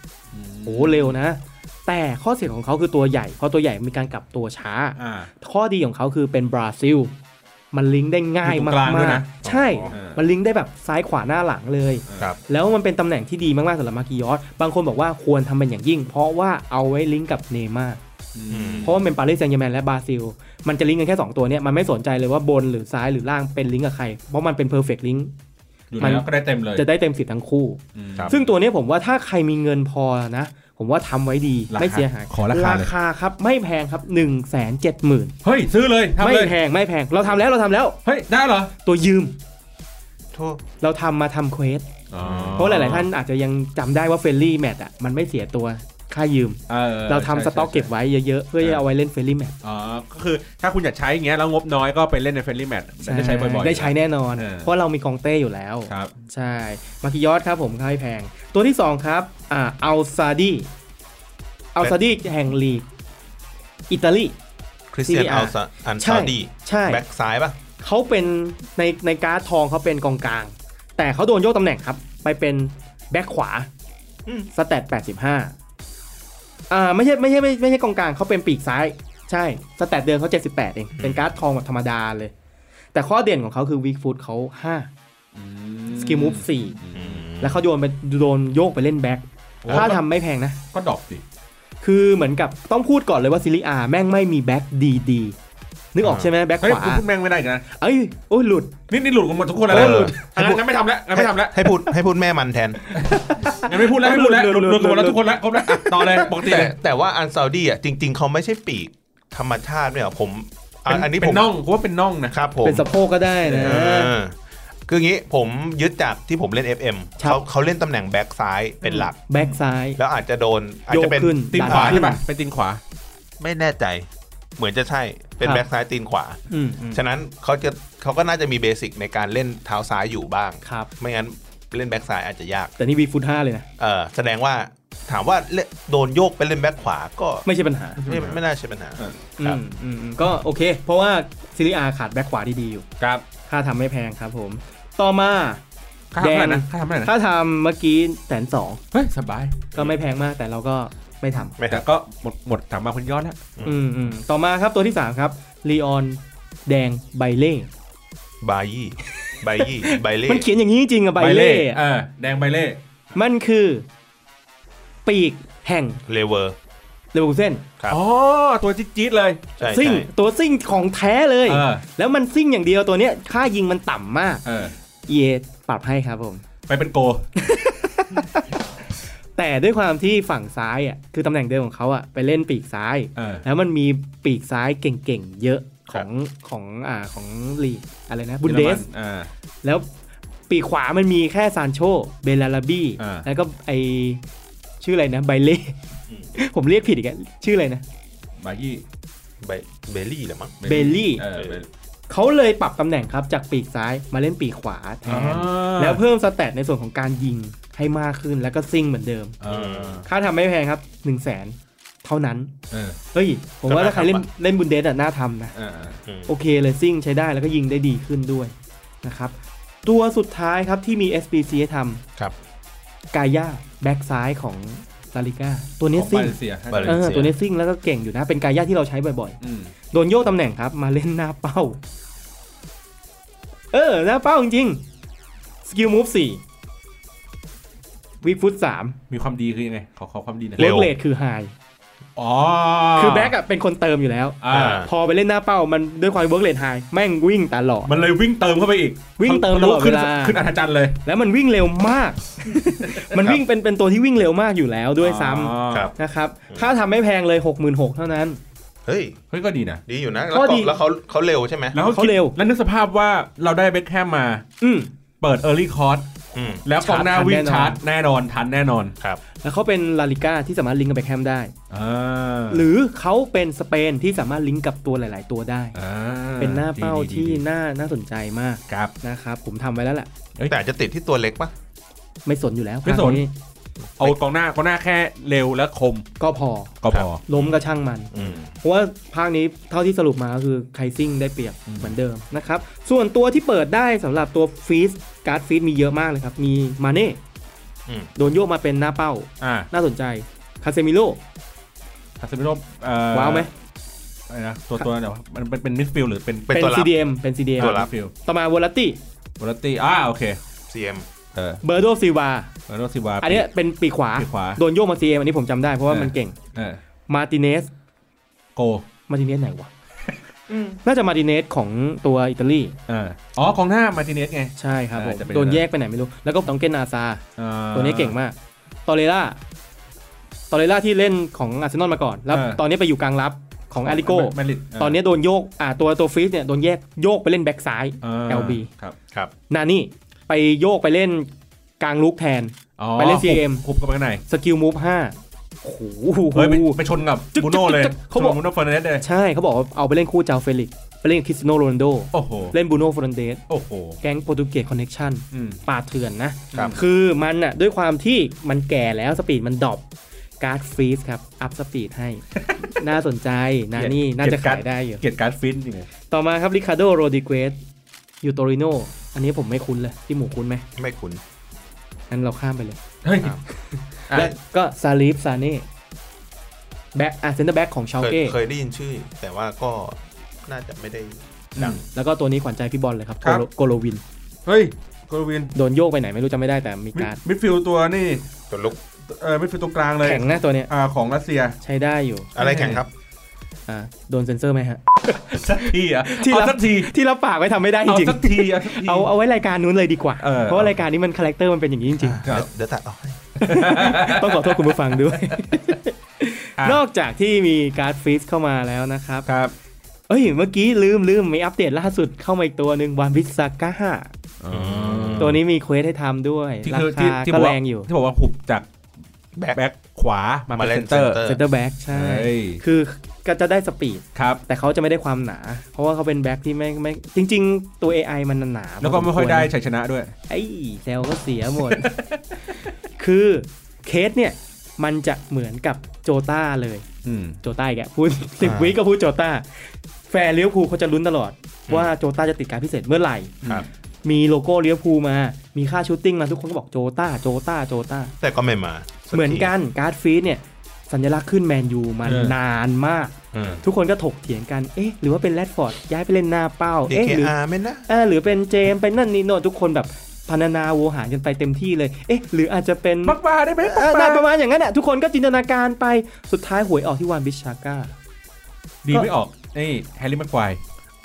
80โอ้เร็วนะ แต่ข้อเสียของเขาคือตัวใหญ่เพราะตัวใหญ่มีการกลับตัวช้า
อ่า
ข้อดีของเขาคือเป็นบราซิล มันลิงก์ได้ง่าย
อยู่ตร
มาง
กลางด้วย
ก
นะ
ๆใช่
อ๋อเออ
มันลิงก์ได้แบบซ้ายขวาหน้าหลังเลย
ครับ
แล้วมันเป็นตำแหน่งที่ดีมากๆสำหรับมากิยอสบางคนบอกว่าควรทำเป็นอย่างยิ่ง เพราะว่าเอาไว้ลิงก์กับเนย์มาร์
อืม
เพราะว่ามันเป็นปารีสแซงต์แยร์แมนและบราซิล มันจะลิงก์กันแค่ 2 ตัวเนี่ยมันไม่สนใจเลยว่าบนหรือซ้ายหรือล่างเป็นลิงก์กับใคร เพราะมันเป็นเพอร์เฟกต์ลิงก์
อยู่
มัน
แล้วก็ได้เต็มเลย
จะได้เต็มสิทธิ์ทั้งคู่
อืม
ครับ
ซึ่งตัวเนี้ยผมว่าถ้าใครมีเงินพอนะ ผมว่าทำไว้ดี
ราคา
ไม่เสียหาย
ขอราคาเลย
ครับไม่แพงครับ1นึ่งแสนเจ็ดหมื่น
เฮ้ย ซื้อเลยทำ
ไม่
เลย
แพงไม่แพงเราทำแล้วเราทำแล้ว
เฮ้ย ได้เหรอ
ตัวยืม
โทษ
เราทำมาทำเควส
อ๋อ
เพราะหลาย ๆ ท่านอาจจะยังจำได้ว่าเฟลลี่แมตอ่ะมันไม่เสียตัวค่ายืม
ออ
เราทำ
ใช่
สต็อก
ใช่
เก็บไว้เยอะ ๆ เพื่อจะเอาไว้เล่นเฟลลี่แมต
อ๋อ ก็คือถ้าคุณอยากใช้อย่างเงี้ยแล้วงบน้อยก็ไปเล่นในเฟรนลี่แมทได้ใช้บ่อยๆ
ได้ใช้แน่นอน
เออ
เพราะเรามีกองเต้อยู่แล้ว
ครับ
ใช่มาคิยอสครับผมค่ายแพง ตัวที่ 2 ครับอ่าอัลซาดีอัลซาดีแห่งลีกอิตาลี
คริสเตียน
CDR
อัลซาอันซาดี
ใช่
แบ็กซ้ายป่ะ
เขาเป็นในในการ์ดทองเขาเป็นกองกลาง แต่เขาโดนโยกตำแหน่งครับ ไปเป็นแบ็คขวา
อืม
สแตท85 อ่าไม่ใช่ไม่ใช่ไม่ไม่ใช่กองกลางเขาเป็นปีกซ้าย ใช่ สแตทเดิมเขา 78 เอง เป็นการ์ดทองแบบธรรมดาเลย แต่ข้อเด่นของเขาคือวีคฟุตเขา 5 สกิลมูฟ
อืม
4แล้วเขาโยนไปโดนโยกไปเล่นแบ็ค
โอ้
ถ้าทำไม่แพงนะ
ก็ดรอปสิ
คือเหมือนกับต้องพูดก่อนเลยว่าซิลิอาแม่งไม่มีแบ็คดีๆนึกออกใช่ไหมแบ็ค
เฮ้ย
ขวา
คุณพูดแม่งไม่ได้อีกนะ
เอ้ยโอ้ยหลุด
นี่นี่หลุดกันหมดทุกคนแล้วนะ
เออ
หลุดอันนั้นงั้นไม่ทำแล้วงั้นไม่ทำแล้ว
ให้พูดให้พูดแม่มันแทน
งั้นไม่พูดแล้วไม่พูดแล้วห
หลุ
ลุด
ด
ห
หลุ
ลุด
ด
กันหมดแล้ว
หลุด
ทุกคนแล้วครบแล้วอ่ะต่อเลยปกติ
แต่
เลย
แต่ว่าอันซาดีอ่ะจริง ๆ เขาไม่ใช่ปีกธรรมชาติเนี่ยหรอผมอ่ะ
เป็น
อันนี้
เป็
ผม
นน่องผมว่าเป็นน่องนะ
ครับผม
เป็นสะโพกก็ได้นะ
เออคืออย่างงี้ผมยึดจากที่ผมเล่น FM
ครับ
เขาเขาเล่นตำแหน่งแบ็กซ้ายเป็นหลัก
แบ็คซ้าย
แล้วอาจจะโดนอาจ
โย
จะ
ก
เป็น
ขึ้น
ตีน
ดั
ขวา
ขึ้
ใช่ป่ะเป็นตีนขวา
ไม่แน่ใจ เหมือนจะใช่เป็น
ครับ
แบ็กซ้ายตีนขวา
อืม
ฉะนั้นเขาจะเขาก็น่าจะมีเบสิกในการเล่นเท้าซ้ายอยู่บ้าง
ครับ
ไม่งั้นเล่นแบ็กซ้ายอาจจะยาก
แต่นี่วีฟุตห้าเลยนะ
เออแสดงว่าถามว่าเล่นโดนโยกไปเล่นแบ็กขวาก็
ไม่ใช่ปัญหา
ไม่ไม่น่าใช่ปัญหา
เออ
อื
ครับ
มอืมอืมก็โอเค เพราะว่าซีรีอาขาดแบ็คขวาดีๆอยู่
ครับ
ค่าทำไม่แพงครับผม ต่อมา
ค่าทำเท่าไหร่นะ
แดง
ค่าทำเท่าไหร่นะ
ค่าทำเมื่อกี้แสนสอง
เฮ้ยสบาย
ก็ไม่แพงมากแต่เราก็ไม่ทำ
ไม่ค
แต่
รับ
ก็หมดหมดถามมาคนยอดแล้ว
อืม
อืมอืมต่อมาครับตัวที่ 3 ครับลีออนแดงไบเล่
บายี่บายี่บาเล่
มันเขียนอย่างนี้จริงๆอะไบเล่อะ
เออแดงใบเล่
มันคือ ปีกแห่ง
เลเวอร์
เลเวอร์เซน
ครับ
อ๋อตัวจี๊ดจี๊ดเลย
ใช่
ซิ่ง
ใช่
ตัวซิ่งของแท้เลย
เออ
แล้วมันซิ่งอย่างเดียวตัวเนี้ยค่ายิงมันต่ำมาก
เออ
EA ปรับให้ครับผม
ไปเป็นโก
แต่ด้วยความที่ฝั่งซ้ายอ่ะคือตำแหน่งเดิมของเขาอ่ะไปเล่นปีกซ้าย
เออ
แล้วมันมีปีกซ้ายเก่งๆ เยอะของของอ่าของลีกอะไรนะบุนเดส
อ่า
แล้วป ปีกขวามันมีแค่ซานโช เบลาลาบี้
อ่า
แล้วก็ไอชื่ออะไรนะ ไบเล่ ผมเรียกผิดอีกแล้วชื่ออะไรนะ
บายี่
ใบเบลลี่เหรอมั้ง
เบลลี่
เออเบลลี่
เขาเลยปรับตำแหน่งครับจากปีกซ้ายมาเล่นปีกขวาแท
อ่าน
แล้วเพิ่มสแตทในส่วนของการยิงให้มากขึ้นแล้วก็ซิ่งเหมือนเดิม
เออ
ค่าทำไม่แพงครับ 1 0 0 0 0แสนเท่านั้น
เออ
เฮ้ย ผมว่า
ก็น่า
ถ้าใครเล่น
ทำอะ
เล่นบุนเดสอะน่าทำนะ
อ่าอ่า
อืม
โอเคเลยซิ่งใช้ได้แล้วก็ยิงได้ดีขึ้นด้วยนะครับ ตัวสุดท้ายครับที่มี SBC ให้ท
ครับ
ำกายาแบ็กซ้ายของลาลิก้าตัวนี้
ของ
ซิ่ง
บาเลเซียให้
บาเล
เอ
เซีย
อตัวนี้ซิ่งแล้วก็เก่งอยู่นะ เป็นกายาที่เราใช้บ่อย
อืม
ๆ โดนโยกตำแหน่งครับ มาเล่นหน้าเป้า เออ หน้าเป้าจริงๆสกิลมูฟสี่วิฟุตสาม
มีความดีคือยังไง ขอขอความดีหนะ
เล
เร็ว
เวลคือไฮ
อ๋อ
คือแบ็กอะเป็นคนเติมอยู่แล้ว
อ่า
พอไปเล่นหน้าเป้ามันด้วยความเวิร์กเลนไฮแม่งวิ่งตลอด
มันเลยวิ่งเติมเข้าไปอีก
วิ่งเติมตลอดเวลา
ขึ้นขึ้นอัธจันทร์เลย
แล้วมันวิ่งเร็วมาก มันวิ่งเป็นเป็นตัวที่วิ่งเร็วมากอยู่แล้วด้วยซ้ำ
อ๋อ
ครับ
นะครับ ค่าทำไม่แพงเลย 66,000 เท่านั้น
เฮ้ย
เฮ้ยก็ดีนะ
ดีอยู่นะ
ข้
แล้ว
อ
ก็
ดี
แล้วเขาเขาเร็วใช่ไหม
แล้วคิด
เขาเร็ว
แล้วนึกสภาพว่าเราได้เบ็คแฮมมา
อืม
เปิด Early c o r t
อืม
แล้วกองหน้า
ชาร์จ
วิ่ง
ทั
ชาน ร์จแน่นอนทันแน่นอน
ครับ
แล้วเขาเป็นลาลิก้าที่สามารถลิงก์กับแบ็คแฮมได้
อ่า
หรือเขาเป็นสเปนที่สามารถลิงก์กับตัวหลาย ๆ ตัวได้
อ่า
เป็นหน้าเป้า
ดีดี
ที่
ดี
น่าน่าสนใจมาก
ครับ
นะครับผมทำไว้แล้วแหละ
แต่อาจจะติดที่ตัวเล็กปะ
ไม่สนอยู่แล้ว
ไม่สน
ภาพ
เอากองหน้ากองหน้าแค่เร็วและคม
ก็พอ
ก็พอ
ล้มก็ช่างมัน
อืม
เพราะว่าภาคนี้เท่าที่สรุปมาก็คือไคซิ่งได้เปรียบ
อืม
เหมือนเดิมนะครับ ส่วนตัวที่เปิดได้สำหรับตัวฟีสการ์ดฟีสมีเยอะมากเลยครับ มีมาเน่
อืม
โดนโยกมาเป็นหน้าเป้า
อ่า
น่าสนใจ คาเซมิโล
คาเซมิโร่เอ่อ
ว้าวไหม
อะไรนะตัวตัวเดี๋ยวมันเป็นเป็นมิดฟิลหรือเป็น
เป็นตัวรับ
CDM เป็น CDM
ตัวรับ
มิดฟิล
ต่อมาวอลตี้
บอลตี้อ่าโอเค
CM
เออ
เบอร์โดซิวา
บอลติวา
อันเนี้ยเป็นปีกขวา
ปีกขวา
โดนโยกมา CM อันนี้ผมจำได้เพราะว่า
เออ
มันเก่ง
เออ
มาติเนส
โก
มาติเนสไหนวะน่าจะมาติเนสของตัวอิตาลี
เอออ๋อกองหน้ามาติเนสไง
ใช่ครับผม
อ่าจะเป็น
โดนแยกไปไหนไม่รู้แล้วก็ตองเกนอาซา
อ่า
ตัวนี้เก่งมาก ตอเรล่า ตอเรล่าที่เล่นของอาร์เซนอลมาก่อน แล้ว
เออ
ตอนนี้ไปอยู่กลางรับของอาริโก
แมนลิด
ตอนนี้โดนโยก อ่าตัวตัวฟรีสเนี่ยโดนแยกโยกไปเล่นแบ็กซ้าย
า
LB
ครับ
ครับ
นานี่ไปโยกไปเล่นกลางลุกแทน
อ๋อ
ไปเล่น CM
คุบกับข้างใน
สกิลมูฟห้าโอ้โห
เฮ้ยไปไปชนกับ
จึ๊ก
บูโน่เลย
จึ๊กจึ๊กเขาบอก
ชนบูโน่เฟอร์นันเดสเลย
ใช่เขาบอกว่าเอาไปเล่นคู่เจ้าเฟลิกซ์ไปเล่นคริสโนโรนลโด
โอ้โห
เล่นบูโน่ฟรอนเดส
โอ้โห
แก๊งโปรตุเกสคอนเน็กชัน
อืม
ป่าเถื่อนนะครับ คือมันอ่ะด้วยความที่มันแก่แล้วสปีดมันดรอปการ์ดฟรีสครับ อัพสปีดให้ น่าสนใจนานี่น่าจะขายได้อยู่
เกียรติการ์ดฟินจริงเลย
ต่อมาครับริคาร์โดโรดิเกสอยู่โตริโน อันนี้ผมไม่คุ้นเลย ที่หมูคุ้นไหม
ไม่คุ้น
งั้นเราข้ามไปเลย
เฮ้ย
ครับ
อ่ะ
และก็ซาลิฟซาเน่แบ็กอ่ะเซนเตอร์แบ็กของชาว
เคย
เก้
เคยได้ยินชื่อ แต่ว่าก็น่าจะไม่ได้ดัง
แล้วก็ตัวนี้ขวัญใจพี่บอลเลยครับ
ครับ
โกโลโกโลวิน
เฮ้ยโกลวิน
โดนโยกไปไหนไม่รู้จำไม่ได้แต่มี
มิด
การ์ด
มิดฟิลด์ตัวนี่
ตัวลุก
เออมิดฟิลด์ตรงกลางเลย
แข็งนะตัวเนี้ย
อ่าของรัสเซีย
ใช้ได้อยู่
อะไรแข่งครับ
อ่าโดนเซนเซอร์ไหมฮะ
สักทีอ่ะ
ที่
เอา
รับ
สักที
ที่รับปากไว้ทำไม่ได้จ
เอา
ริงๆ
สักทีเอาสักที
เอาเอาไว้รายการนู้นเลยดีกว่า
เออ
เพราะว่ารายการนี้มันคาแรคเตอร์มันเป็นอย่างนี้จริง
ครับ
เดี๋ยวเดี๋ยวตัดออกให้
ๆ ต้องขอโทษคุณผู้ฟังด้วย
อ่ะ
นอกจากที่มีการ์ดฟรีสเข้ามาแล้วนะครับ
ครับ
เอ้ย เมื่อกี้ลืมลืมมีอัปเดตล่าสุดเข้ามาอีกตัวหนึ่งวันวิสาก้า
อืม
ตัวนี้มีเควสให้ทำด้วย
ที่
รา
คือที่
คา
ที่
ก็
บอก
แร
ว่าง
อยู่
ที่บอกว่าหุบจาก
แบ็ค
แบ็คขวามา
มา
เป็น
เล่
เซ
น
นเตอร์
เซ็นเตอร์
เซนเตอร์แบ็กใช่
เฮ้ย
คือก็จะได้สปีด
ครับ
แต่เขาจะไม่ได้ความหนา เพราะว่าเขาเป็นแบ็กที่ไม่ไม่จริง ๆ ตัว AI มันหนา
แล้วก็ไม่ค่อย
พสวร
ได้ชัยชนะด้วย
ไอ้เซลก็เสีย หมด คือเคสเนี่ย มันจะเหมือนกับโจต้าเลย
อืม
โจต้าอีกแกพูด สิบ
อ่า
วิก็พูดโจต้า แฟนเลี้ยวภูลเขาจะลุ้นตลอด ว่าโจต้าจะติดการพิเศษเมื่อไหร่
ครับ
มีโลโก้เลี้ยวภูลมา มีค่าชูตติ้งมาทุกคนก็บอกโจต้า โจต้า โจต้า
แต่ก็ไม่มาสัที
เหมือนกันการ์ดฟรีดเนี่ย สัญลักษณ์ขึ้นแมนยูมา
เออ
นานมาก
อืม
ทุกคนก็ถกเถียงกัน เอ๊ะ หรือว่าเป็นแรดฟอร์ดย้ายไปเล่นหน้าเป้า
ดี
เอ๊ะ
เค
หรือ
อาร์ไหม่นะ
เออหรือเป็นเจมส์เป็นนั่นนี่โนนทุกคนแบบพรรณนาโวหารกันไปเต็มที่เลย เอ๊ะ หรืออาจจะเป็น
ปักปาได้ไหม
เออ
ปั
นาก นป
ปา
ระมาณอย่างนั้นอ่ะทุกคนก็จินตนาการไปสุดท้ายหวยออกที่วานบิชชาก้า
ดีไม่ออกนี่แฮร์รี่แม็กควาย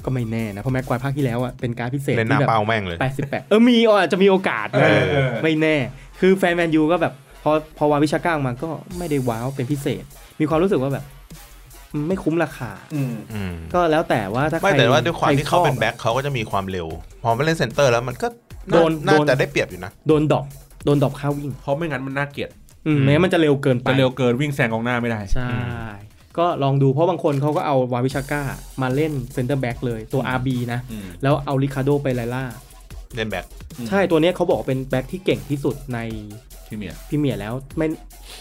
ก็ไม่แน่นะเพราะแม็กควายภาคที่แล้วอ่ะเป็นการดพิเศษ
เล่นหน้า
ที่แบบ
เป้าแม่งเลย
แปดสิบแปดเออมีอ่ะอาจจะมีโอกาสนะ
เออ
ไม่แน่ คือแฟนแมนยูก็แบบ พอพอวานบิชชาก้าออกมาก็ไม่ได้ว้าวเป็นพิเศษ มีความรู้สึกว่าแบบอืมไม่คุ้มราคา
อืม
ก็แล้วแต่ว่าถ้าใคร
ไม่แต่ว่าด้วยความที่เขาเป็น
ใครชอบ
แบ็คเขาก็จะมีความเร็ว พอมาเล่นเซนเตอร์แล้วมันก็
โดน
น่า
โดน
จะได้เปรียบอยู่นะ
โดนดรอกโดนดรอกค่าวิ่ง
เพราะไม่งั้นมันน่าเกลียด
อืม
อืม
แม้มันจะเร็วเกินไป
จะเร็วเกินวิ่งแซงกองหน้าไม่ได้
ใช่ ก็ลองดูเพราะบางคนเขาก็เอาวาวิชาก้ามาเล่นเซนเตอร์แบ็กเลยตัว RB นะ
อืม
แล้วเอาลิคาโดไปไลล่า
เล่นแบ็ค
อืม
ใช่ตัวเนี้ยเขาบอกว่าเป็นแบ็กที่เก่งที่สุดใน
ที่เมีย
พรีเมียร์แล้วไม่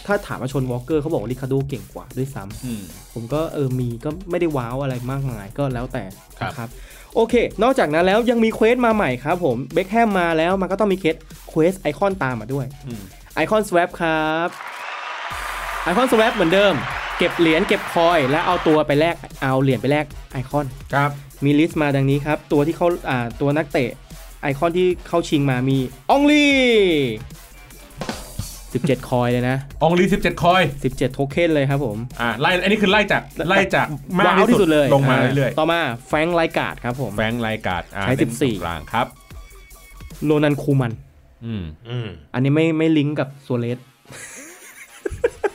ถ้าถามว่าชนวอลเกอร์เขาบอกว่าลิคาโดเก่งกว่าด้วยซ้ำ
อืม
ผมก็เออมีก็ไม่ได้ว้าวอะไรมากมายก็แล้วแต่
ครับ
นะครับโอเค นอกจากนั้นแล้วยังมีเควสมาใหม่ครับผมเบคแฮมมาแล้วมันก็ต้องมีเคสเควสไอคอนตามมาด้วย
อืม
ไอคอนสว p ครับไอคอนสว p เหมือนเดิม เก็บเหรียญเก็บคอยแล้วเอาตัวไปแลกเอาเหรียญไปแลกไอคอน
ครับ
มีลิสต์มาดังนี้ครับ ตัวที่เขาอ่าตัวนักเตะไอคอนที่เข้าชิงมามีองลี17 คอยเลยนะ
อองลีสิบเจ็ดคอย
17 โทเค็นเลยครับผม
อ่าไล่อันนี้คือไล่จากไล่จากมาก
ว้าวที่สุดเลย
ลงมาเรื่อย
ต่อมาแฟรงค์ไลกาดครับผม
ๆแฟงไลกาดอ่า
ใช้
เป็น
14
ศูนย์กลางครับ
โรนันคูมัน
อืม
อืม
อันนี้ไม่ไม่ลิงก์กับโซเลส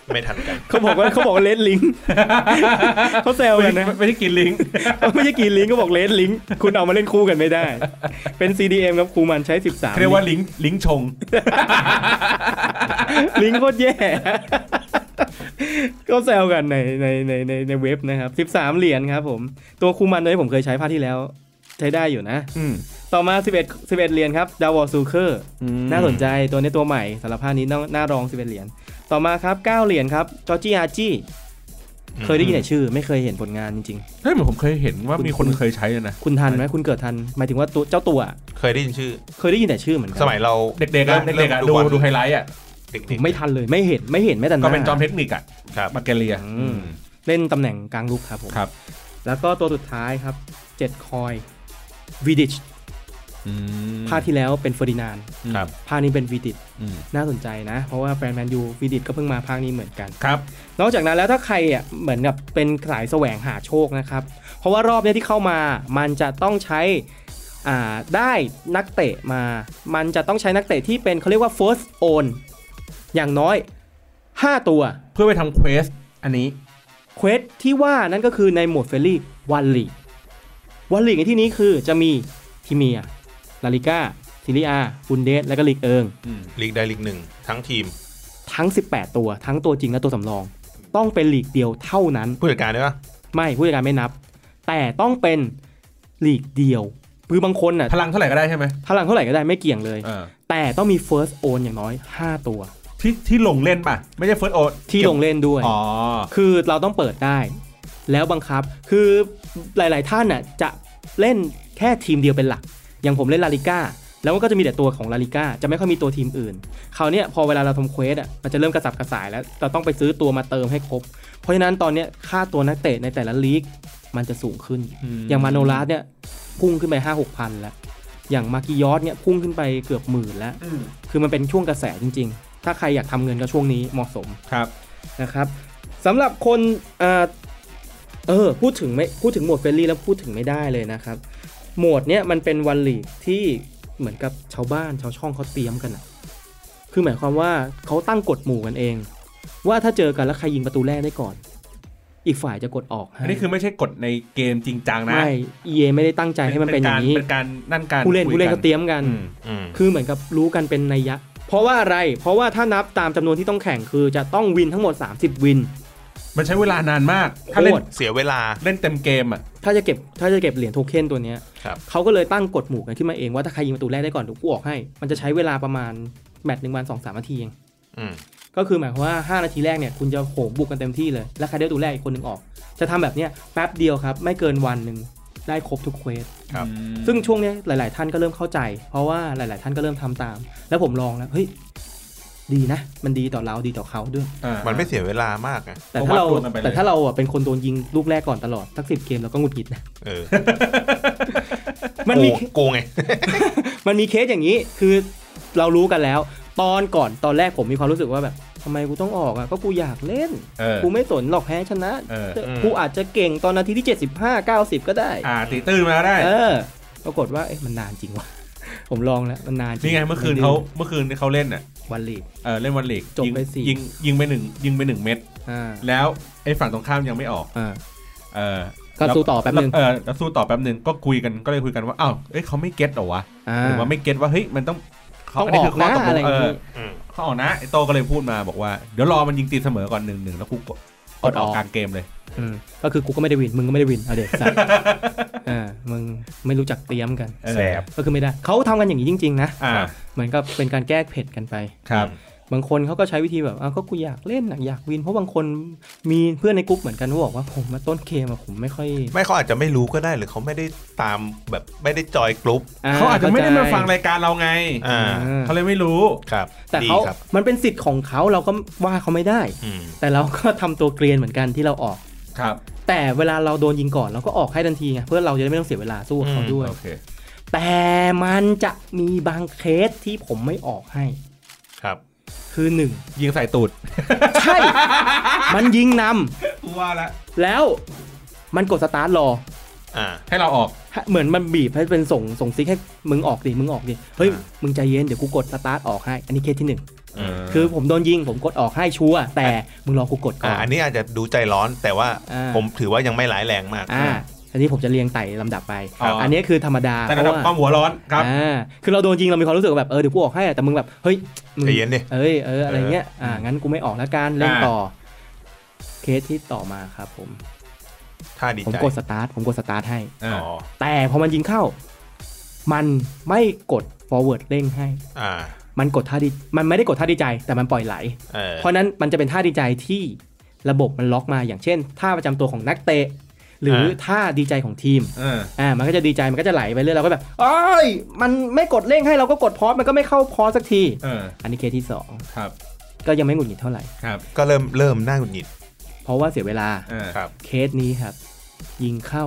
ไม่ทันกัน
เขาบอกว่าเขาบอกว่าเลสลิงก์ เขาแซวกันนะ
ไม่ได้กินลิงก์
ไม่ใช่กีลิงก์เขาบอกเลสลิงก์คุณเอามาเล่นคู่กันไม่ได้ เป็น CDM ครับคูมันใช้ 13
เรียกว่าลิงก์ลิงก์ชง
ลิงก์โคตรแย่ก็แซวกันในในในในในเว็บนะครับ 13 เหรียญครับผม ตัวคูมันตัวนี้ผมเคยใช้ภาคที่แล้ว ใช้ได้อยู่นะ
อืม
ต่อมา 11 11 เหรียญครับดาวอซูเคอร์ น่าสนใจตัวนี้ตัวใหม่สารภาพนี้น่าน่ารอง11เหรียญต่อมาครับ 9 เหรียญครับจอร์จีอาจี
อืม
เคยได้ยินแต่ชื่อ ไม่เคยเห็นผลงานจริง
เฮ้ยเหมือนผมเคยเห็นว่า
คุณ
มีคนเคยใช้เลยนะ
ๆ คุณทันไหมคุณเกิดทัน หมายถึงว่าตัวเจ้าตัว
เคยได้ยินชื่อ
เคยได้ยินแต่ชื่อเหมือนกั
สมัยเรา
เด็กๆอะ
ริ่ม
เด็กๆอะ
ริ่ม
ดู
บอล
ดูไฮไลท์อะ
เด็ก
ผม
ๆ
ไม่ทันเลยไม่เห็นไม่เห็นแม้แต่ห
ก็
น้า
เป็นจอมเทคนิคอะ
ครับ
บักเกเลีย
อืมเล่นตำแหน่งกลางลุกครับผม
ครับ
แล้วก็ตัวสุดท้ายครับ 7 คอยวีดิช
อืม
ภาคที่แล้วเป็นเฟอร์ดินานด์
ครับ
ภาคนี้เป็นวีดิช
อืม
น่าสนใจนะ เพราะว่าแฟนแมนยูวีดิชก็เพิ่งมาภาคนี้เหมือนกัน
ครับ
นอกจากนั้นแล้วถ้าใครอ่ะเหมือนกับเป็นสายแสวงหาโชคนะครับ เพราะว่ารอบเนี้ยที่เข้ามามันจะต้องใช้อ่าได้นักเตะมา มันจะต้องใช้นักเตะที่เป็นเขาเรียกว่า first own อย่างน้อย 5 ตัว
เพื่อไปทำเควสอันนี้
เควสที่ว่านั่นก็คือในหมวดเฟลี่วันลีวันลีในที่นี้คือจะมีพรีเมียร์ลาลิก้าซิลีอาบุนเดสและก็ลีกเอิง
อืม
ลีกใดลีกหนึ่งทั้งทีม
ทั้ง 18 ตัว ทั้งตัวจริงและตัวสำรอง ต้องเป็นลีกเดียวเท่านั้น
ผู้จัดการได้ปะ
ไม่ผู้จัดการไม่นับ แต่ต้องเป็นลีกเดียวคือบางคนน่ะ
พลังเท่าไหร่ก็ได้ใช่ไหม
พลังเท่าไหร่ก็ได้ไม่เกี่ยงเลย
เออ
แต่ต้องมี first own อย่างน้อย 5 ตัว
ที่ที่ลงเล่นป่ะ ไม่ใช่เฟิร์สโอ
ที่ลงเล่นด้วย
อ๋อ
คือเราต้องเปิดได้ แล้วบังคับคือหลาย ๆ ท่านน่ะจะเล่นแค่ทีมเดียวเป็นหลัก อย่างผมเล่นลาลิก้าแล้วมันก็จะมีแต่ตัวของลาลิก้าจะไม่ค่อยมีตัวทีมอื่นคราวเนี้ยพอเวลาเราทำเควสอ่ะมันจะเริ่มกระสับกระส่ายแล้วเราต้องไปซื้อตัวมาเติมให้ครบ เพราะฉะนั้นตอนเนี้ยค่าตัวนักเตะในแต่ละลีกมันจะสูงขึ้น
อืม
อย่างมาโนลัสเนี่ยพุ่งขึ้นไป 5 6พันแล้วอย่างมากิยอสเนี่ยพุ่งขึ้นไปเกือบหมื่นแล้ว
อืม
คือมันเป็นช่วงกระแสจริง ๆ ถ้าใครอยากทำเงินก็ช่วงนี้เหมาะสม
ครับ
นะครับสำหรับคนเอ่อเออพูดถึงไม่พูดถึงหมวดเฟรลี่แล้วพูดถึงไม่ได้เลยนะครับ หมวดเนี้ยมันเป็นวันลีกที่เหมือนกับชาวบ้านชาวช่องเขาเตรียมกันอะคือหมายความว่าเขาตั้งกฎหมู่กันเอง ว่าถ้าเจอกันแล้วใครยิงประตูแรกได้ก่อน อีกฝ่ายจะกดออกให้
อันนี้คือไม่ใช่กฎในเกมจริงจังนะ
ไม่ EA ไม่ได้ตั้งใจให้มันเป็นอย่างนี้
เป็นการนั่นการ
ผู้เล่น
คุย
ผู้เล่นก็เตรียมกัน
อืม
อืม
คือเหมือนกับรู้กันเป็นนัยยะ เพราะว่าอะไร เพราะว่าถ้านับตามจำนวนที่ต้องแข่งคือจะต้องวินทั้งหมด 30 วิน
มันใช้เวลานานมาก ถ้าเล่น
โคตร
เสียเวลา
เล่นเต็มเกมอ่ะ
ถ้าจะเก็บถ้าจะเก็บเหรียญโทเค็นตัวเนี้ย
ครับ
เขาก็เลยตั้งกฎหมู่กันขึ้นมาเองว่าถ้าใครยิงประตูแรกได้ก่อนเดี๋ยวกูออกให้ มันจะใช้เวลาประมาณแมตช์หนึ่งวันสองสามนาทีเอง
อืม
ก็คือหมายความว่า 5 นาทีแรกเนี่ยคุณจะโหมบุกกันเต็มที่เลย แล้วใครได้ประตูแรกอีกคนหนึ่งออก จะทำแบบเนี้ยแป๊บเดียวครับ ไม่เกินวันหนึ่งได้ครบทุกเควส
ครับ
ซึ่งช่วงเนี้ยหลาย ๆ ท่านก็เริ่มเข้าใจ เพราะว่าหลาย ๆ ท่านก็เริ่มทำตาม แล้วผมลองแล้วเฮ้ยดีนะ มันดีต่อเราดีต่อเขาด้วย
มันไม่เสียเวลามากอะ
แต่ถ้าเรา
ก็วัดดวงกันไปเลย
แต่ถ้าเราอ่ะเป็นคนโดนยิงลูกแรกก่อนตลอดสักสิบเกมเราก็หงุดหงิดนะ
เออ
มันมี
โกงโกงไง
มันมีเคสอย่างนี้คือเรารู้กันแล้ว ตอนก่อนตอนแรกผมมีความรู้สึกว่าแบบทำไมกูต้องออกอ่ะก็กูอยากเล่น
เออ
กูไม่สนหรอกแพ้ชนะ
เออ
กูอาจจะเก่งตอนนาทีที่ 75 90 ก็ได้
อ่าตีตื้นมาก็ได้
เออ ปรากฏว่าเอ๊ะมันนานจริงวะ ผมลองแล้วมันนานจริ
นี่ไงเมื่อคืนเขาเมื่อคืนที่เขาเล่นอ่ะ
วันลีก
เออเล่นวันลีก
จบไป
ยิง
สี่
ยิงยิงไปหนึ่งยิงไปหนึ่งเม็ด
อ่า
แล้วไอ้ฝั่งตรงข้ามยังไม่ออก
อ่า
เออ
ก็สู้ต่อแป๊บนึง
เออแล้วสู้ต่อแป๊บนึงก็คุยกันก็เลยคุยกันว่าอ้าวเอ้ยเขาไม่เก็ตเหรอวะ
อ่า
หรือว่าไม่เก็ตว่าเฮ้ยมันต้องเขา
ต้องออก
น
นะ
นี้คืข้ตล
อะไรอย่าง
เอ
งี้
อ เขาออกนะไอโตก็เลยพูดมาบอกว่าเดี๋ยวรอมันยิงตีเสมอก่อนหนึ่งหนึ่งแล้วกูกดก
ก
ด
ด
อ
อ
อ
อก ก
กลางเกมเลย
อืมก็คือกูก็ไม่ได้วินมึงก็ไม่ได้วินเอาเด็กใส่ อ่ามึงไม่รู้จักเตรียมกัน
เออ
แสบ
ก็คือไม่ได้เขาทำกันอย่างนี้จริง ๆ นะ
อ่า
เหมือนกับเป็นการแก้เผ็ดกันไป
ครับ
บางคนเขาก็ใช้วิธีแบบอ้าวก็กูอยากเล่นน่ะอยากวิน เพราะบางคนมีเพื่อนในกลุ่มเหมือนกันเขาบอกว่าผมมาต้นเกมอะผมไม่ค่อย
ไม่เขาอาจจะไม่รู้ก็ได้หรือเขาไม่ได้ตามแบบไม่ได้จอยกรุ๊ป
เขาอาจจะไม่ได้มาฟังรายการเราไง
อ่า
อ่า
เขาเลยไม่รู้
ครับ
แต่
ดี
เขา
ครับ
มันเป็นสิทธิ์ของเขาเราก็ว่าเขาไม่ได้
อืม
แต่เราก็ทำตัวเกรียนเหมือนกันที่เราออก
ครับ
แต่เวลาเราโดนยิงก่อนเราก็ออกให้ทันทีไงเพื่อเราจะได้ไม่ต้องเสียเวลาสู้กับเขาด้วย
โอเค
แต่มันจะมีบางเคสที่ผมไม่ออกให้
ครับ
คือหนึ่ง
ยิงใส่ตูด
ใช่ มันยิงนำ
กูว่าละ
แล้วมันกดสตาร์ทรอ
อ่า
ให้เราออก
เหมือนมันบีบให้เป็นส่งส่งซิกให้มึงออกดิมึงออกดิเฮ้ย
อ่า
มึงใจเย็นเดี๋ยวกูกดสตาร์ทออกให้ อันนี้เคสที่หนึ่ง
อืม
คือผมโดนยิงผมกดออกให้ชัวร์แต่มึงรอกูกดก่
อ่า
อน
อันนี้อาจจะดูใจร้อนแต่ว่า
อ่า
ผมถือว่ายังไม่ร้ายแรงมาก
อ่าอันนี้ผมจะเรียงไต่ลำดับไป
อ๋ออ
อันนี้คือธรรมดา
แต่ระดับควา
เพราะ
ม
ว่า
หัวร้อนครับ
อ่าคือเราโดนยิงเรามีความรู้สึกแบบเออเดี๋ยวกูออกให้แต่มึงแบบเฮ้ยมึง
ใจเย็นดิ
เอ้ยเอออะไรเงี้ยอ่างั้นกูไม่ออกแล้วกันเล่นต่ออเคสที่ต่อมาครับผม
ถ้าดี
ผม
ใจ
กดสตาร์ทผมกดสตาร์ทให้
อ่า
อ๋อ
แต่พอมันยิงเข้า มันไม่กด forward เร่งให้
อ่า
มันกดท่าดีมันไม่ได้กดท่าดีใจ แต่มันปล่อยไหล
เออ
เพราะนั้นมันจะเป็นท่าดีใจที่ระบบมันล็อกมาอย่างเช่นท่าประจำตัวของนักเตะ หรืออา ท่าดีใจของทีม
อ่า
อ่ามันก็จะดีใจมันก็จะไหลไปเรื่อยเราก็แบบเอ้ยมันไม่กดเร่งให้เราก็กดพอสมันก็ไม่เข้าพอสสักที
เออ
อันนี้เคสที่สอง
ครับ
ก็ยังไม่หงุดหงิดเท่าไหร่
ครับ
ก็เริ่มเริ่มน่าหงุดหงิด
เพราะว่าเสียเวลา
อ่า
ครับ
เคสนี้ครับ ยิงเข้า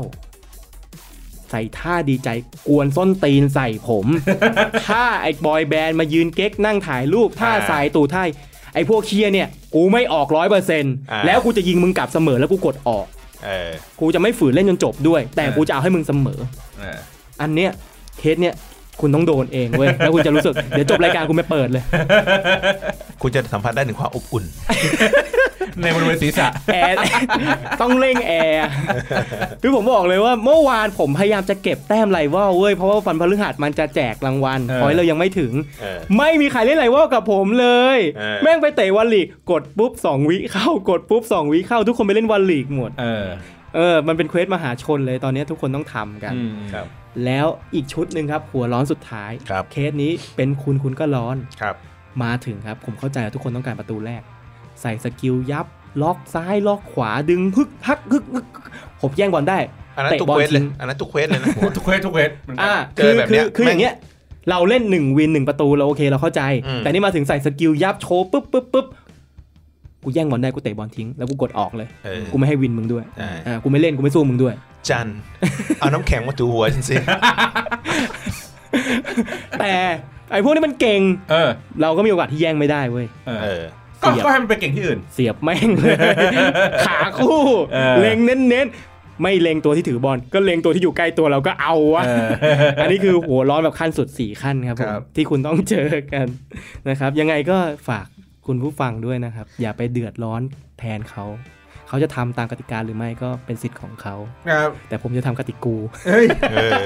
ใส่ท่าดีใจกวนส้นตีนใส่ผม ถ้าไอ้บอยแบนด์มายืนเก๊กนั่งถ่ายรูปท่า
อ่า
สายตู่ไทยไอ้พวกเคียเนี่ย กูไม่ออกร้อยเปอร์เซ็นต์
า
แล้วกูจะยิงมึงกลับเสมอแล้วกูกดออก
เออ
กูจะไม่ฝืนเล่นจนจบด้วย แต่กูจะเอาให้มึงเสมอ
อ่า
อันเนี้ยเคสเนี่ยคุณต้องโดนเองเว้ยแล้วคุณจะรู้สึก เดี๋ยวจบรายการกูไม่เปิดเลย
คุณจะสัมผัสได้ถึงความอบอุ่น
ในบริเวณศีรษะ
แอร์ ต้องเร่งแอร์คือผมบอกเลยว่าเมื่อวานผมพยายามจะเก็บแต้มไรว่าเว้ยเพราะว่าฟันพฤหัสมันจะแจกรางวัลพอยเรายังไม่ถึง
เออ
ไม่มีใครเล่นไรว่ากับผมเลย
เออ
แม่งไปเตะวันลีกกดปุ๊บ 2 วิเข้ากดปุ๊บ 2 วิเข้าทุกคนไปเล่นวันลีกหมด
เออ
เออ มันเป็นเควสมหาชนเลยตอนนี้ทุกคนต้องทำกัน
อืม
ครับ
แล้วอีกชุดหนึ่งครับ หัวร้อนสุดท้าย
ครับ
เคสนี้เป็นคุณคุณก็ร้อน
ครับ
มาถึงครับ ผมเข้าใจว่าทุกคนต้องการประตูแรก ใส่สกิลยับ ล็อกซ้ายล็อกขวาดึงฮึกฮักฮึกฮึกผมแย่งบอลได้
อันนั้นทุกเควสเลยอันนั้นทุกเควสเลยนะผมว่า
ทุกเควสทุกเควสเหมือนกัน
อ่า
เจ
คือ อ
แบบ
คื
เนี้
อย คือ
แม่ง
อย่างเงี้ยเราเล่น1วิน1ประตูเราโอเคเราเข้าใจ
อืม
แต่นี่มาถึงใส่สกิลยับโชว์ปุ๊บปุ๊บปุ๊บกูแย่งบอลได้กูเตะบอลทิ้งแล้วกูกดออกเลย
เออ
กูไม่ให้วินมึงด้วย
ใช่
อ่ากูไม่เล่นกูไม่สู้มึงด้วย
จัน เอาน้ำแข็งมาถูหัวฉันสิ
แต่ไอ้พวกนี้มันเก่ง
เออ
เราก็มีโอกาสที่แย่งไม่ได้เว้ย
เออ
เออ
ก็ก็ให้มันไปเก่งที่อื่น
เสียบแม่งเลย ขาคู่
เออ
เล็งเน้นๆ ไม่เล็งตัวที่ถือบอล ก็เล็งตัวที่อยู่ใกล้ตัวเราก็เอาวะ
เออ
อันนี้คือหัวร้อนแบบขั้นสุด 4 ขั้นครับ
ค
ผม
รับ
ที่คุณต้องเจอกันนะครับ ยังไงก็ฝากคุณผู้ฟังด้วยนะครับ อย่าไปเดือดร้อนแทนเขา เขาจะทำตามกติกาหรือไม่ก็เป็นสิทธิ์ของเขา
ครับ
แต่ผมจะทำกติกู
เฮ้ย
เออ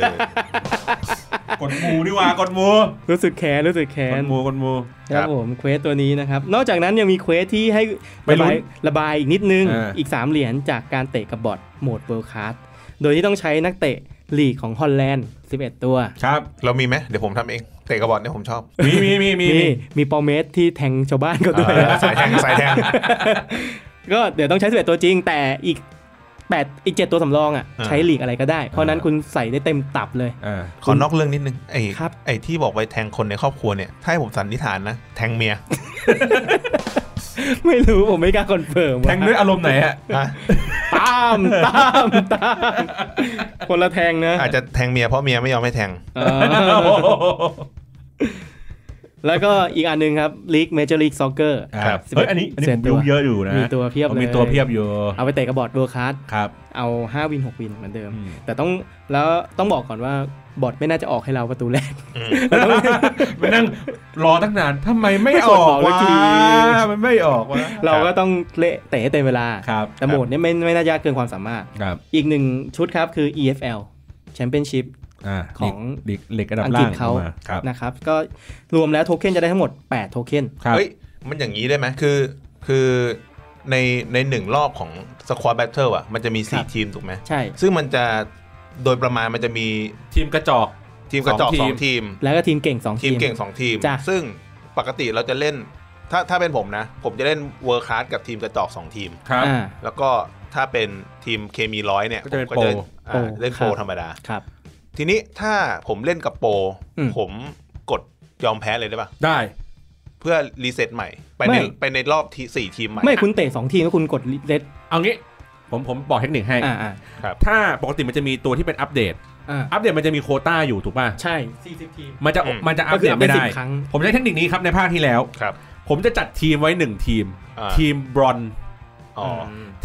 กดมูดีกว่ากดมู
รู้สึกแค้นรู้สึกแค้
ก
น
ดมูกดมู
ค
ครั
รับบ ผมเควสตัวนี้นะครับ นอกจากนั้นยังมีเควสที่ให้
ไประ ลุ้
บาย
น
ระบายอีกนิดนึง
อ่า
อีก 3 เหรียญจากการเตะกับบอทโหมดเวิร์คัสโดยที่ต้องใช้นักเตะลีกของฮอลแลนด์ 11 ตัว
ครับ
เรามีไหมเดี๋ยวผมทำเอง เตะกระบอกเนี่ยผมชอบ
มีมีมีมี
มี
มี
มีปอเมสที่แทงชาวบ้านเขาด้วย
เออสายแทงสายแทง
ก็เดี๋ยวต้องใช้ 11 ตัวจริง แต่อีก 8 อีก 7 ตัวสำรองอ่ะ
อ่า
ใช้ลีกอะไรก็ได้ เพราะนั้นคุณใส่ได้เต็มตับเลย
อ่า
ขอนอกเรื่องนิดนึง ไอ้
ครับ
ไอ้ที่บอกไปแทงคนในครอบครัวเนี่ย ถ้าให้ผมสันนิษฐานนะ แทงเมีย
ไม่รู้ผมไม่กล้าคอนเฟิร์ม
แทงด้วยอารมณ์ไหนฮะ
นะ
ตามตามตามคนละแทงนะ
อาจจะแทงเมียเพราะเมียไม่ยอมให้แทง
เออ แล้วก็อีกอันหนึงครับลีกเมเจอร์ลีกซ็อกเกอร์
ครับเฮ้ยอันนี้อันนี้
เซ็นตัว
ดูเยอะอยู่นะ
มีตัวเพียบเลย
มีตัวเพียบอยู่
เอาไปเตะกับบอร์ดเวิร์คัส
ครับ
เอา 5 วิน 6 วินเหมือนเดิม
อืม
แต่ต้องแล้วต้องบอกก่อนว่าบอร์ดไม่น่าจะออกให้เราประตูแรก
ไปนั่งรอตั้งนานทำไมไม่
ไม่
อ
ส่ง
อก
บอกสั
วะ
กที
มันไม่ออกวะ
เราก็ต้องเละเตะให้เต็มเวลา
ครับ
แต่โหมดเนี้ไม่ไม่น่ายากเกินความสามารถ
ครับ
อีกหนึ่งชุดครับคือ EFL Championship
อ่า
ของ
เด็กเด็กระดับ
อัง
ล่าก
ฤ
ง
ษเขา
มครับ
นะครับก็รวมแล้วโทเค็นจะได้ทั้งหมด 8 โทเค็น
ครับ
เฮ้ย มันอย่างนี้ได้ไหมคือ คือในในหนึ่งรอบของสควอตแบทเทิลอ่ะ มันจะมี 4 ทีม ถูกไหม
ใช่
ซึ่งมันจะโดยประมาณมันจะมี
ทีมกระจอก
ทีมกระจอก
ส
ส
อ
อง
ทีม
งทีม
แล้วก็ทีมเก่ง 2
ที
ที
ม
ม
เก่ง 2 ทีม
จ้ะ
ซึ่งปกติเราจะเล่น ถ้าถ้าเป็นผมนะ ผมจะเล่นเวิร์คคลาสกับทีมกระจอก 2 ทีม
ครับ
อ่า
แล้วก็ถ้าเป็นทีมเคมีร้อยเนี่ย
ก็จะเป็นโป
ผมก็
ร
เล่นอ่า
โปร
เล่น
ครับ
โปรธรรมดา
ครับ
ทีนี้ถ้าผมเล่นกับโปร
อืม
ผมกดยอมแพ้เลยได้ปะ
ได้
เพื่อรีเซ็ตใหม่ ไป
ไม่
ในไปในรอบที่สี่ทีมใหม่
ไม่คุณเตะ 2 ทีมก็คุณกดเลด
เอางี้ผมผมบอกเทคนิคให้
อ่าอ่า
ถ้าปกติมันจะมีตัวที่เป็นอัปเดต
อ่า
อัปเดตมันจะมีโควต้าอยู่ถูกป่ะ
ใช่ 40 ทีม
มันจะ
อืม
มันจะอัปเดต
ก็คืออัปเด
ไม่
ต
ได้
10ครั้ง
ผมใช้เทคนิคนี้ครับในภาคที่แล้ว
ครับ
ผมจะจัดทีมไว้หนึ่งทีม
อ่า
ทีมบรอนซ์
อ๋อ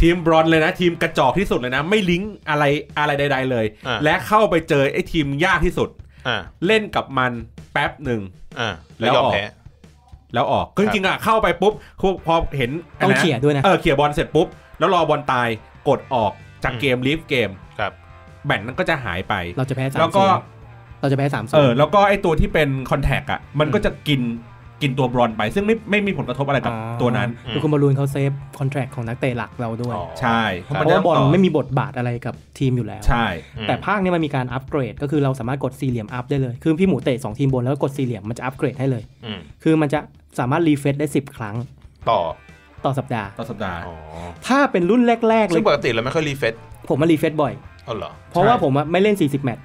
ทีมบรอนซ์เลยนะ ทีมกระจอกที่สุดเลยนะ ไม่ลิงก์อะไรอะไรใด ๆ เลย
อ่า
และเข้าไปเจอไอ้ทีมยากที่สุด
อ่า
เล่นกับมันแป๊บหนึ่ง
อ่า
แล้
แล้ว
ว
ยอ
อ
ม
อก
แพ้
แล้วออกคือจริงๆอ่ะเข้าไปปุ๊บคือพอเห็น
ต้อง
ะไรนะ
เขี่ยด้วยนะ
เออเขี่ยบอลเสร็จปุ๊บ แล้วรอบอลตายกดออกจากเกมลีฟเกม
ครับ
แบตนั้นก็จะหายไป
เราจะแพ้3
แล้วก็
เราจะแพ้3าม
เออแล้วก็ไอตัวที่เป็นคอนแทคอ่ะมันก็จะกินกินตัวบรอนไป ซึ่งไม่ไม่มีผลกระทบอะไรกับตัวนั้น
คือคุณบอลลูนเขาเซฟคอนแทรคของนักเตะหลักเราด้วย
อ๋อ
ใช่
ครับ
เพราะว่าบอลไม่มีบทบาทอะไรกับทีมอยู่แล้ว
ใช่
แต่ภาคเนี้มันมีการอัปเกรด ก็คือเราสามารถกดสี่เหลี่ยมอัพได้เลย คือพี่หมูเตะสองทีมบนแล้วก็กดสี่เหลี่ยมมันจะอัปเกรดให้เลย
อืม
คือมันจะสามารถรีเฟซได้ 10 ครั้ง
ต่อ
ต่อสัปดาห์
ต่อสัปดาห์
อ๋อ
ถ้าเป็นรุ่นแรก ๆ เล
ซึ่
ย
งปกติเราไม่ค่อยรีเฟซ
ผมมารีเฟซบ่อย
เอาเหรอ
เพราะว่าผมอะไม่เล่น 40 แมตช์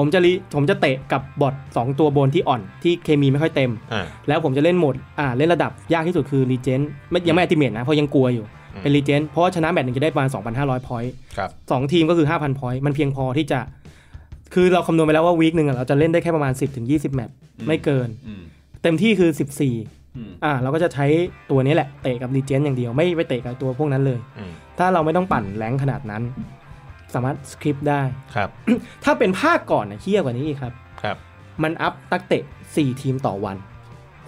ผมจะรีผมจะเตะกับบอท2ตัวบนที่อ่อน ที่เคมีไม่ค่อยเต็ม
อ่า
แล้วผมจะเล่นโหมดอ่าเล่นระดับยากที่สุดคือรีเจนไม่ยังไม่อัติเมตนะ เพราะยังกลัวอยู่
อืม
เป็นรีเจนเพราะว่าชนะแมตช์หนึ่งจะได้ประมาณ2,500พอยต์
ครับ
สองทีมก็คือ 5,000 พอยต์มันเพียงพอที่จะ คือเราคำนวณไปแล้วว่าวีคหนึ่งอะเราจะเล่นได้แค่ประมาณ 10-20ถึง20 แมตช์
อืม
ไม่เกิน
อืม
เต็มที่คือ
อืม
14 อ่า เราก็จะใช้ตัวนี้แหละ เตะกับดีเจนอย่างเดียว ไม่ไปเตะกับตัวพวกนั้นเลย
อืม
ถ้าเราไม่ต้องปั่นแรงขนาดนั้น สามารถสคริปต์ได้
ครับ
ถ้าเป็นภาคก่อนนะเฮี้ยกว่านี้อีกครับ
ครับ
มันอัพตักเตะ 4 ทีมต่อวัน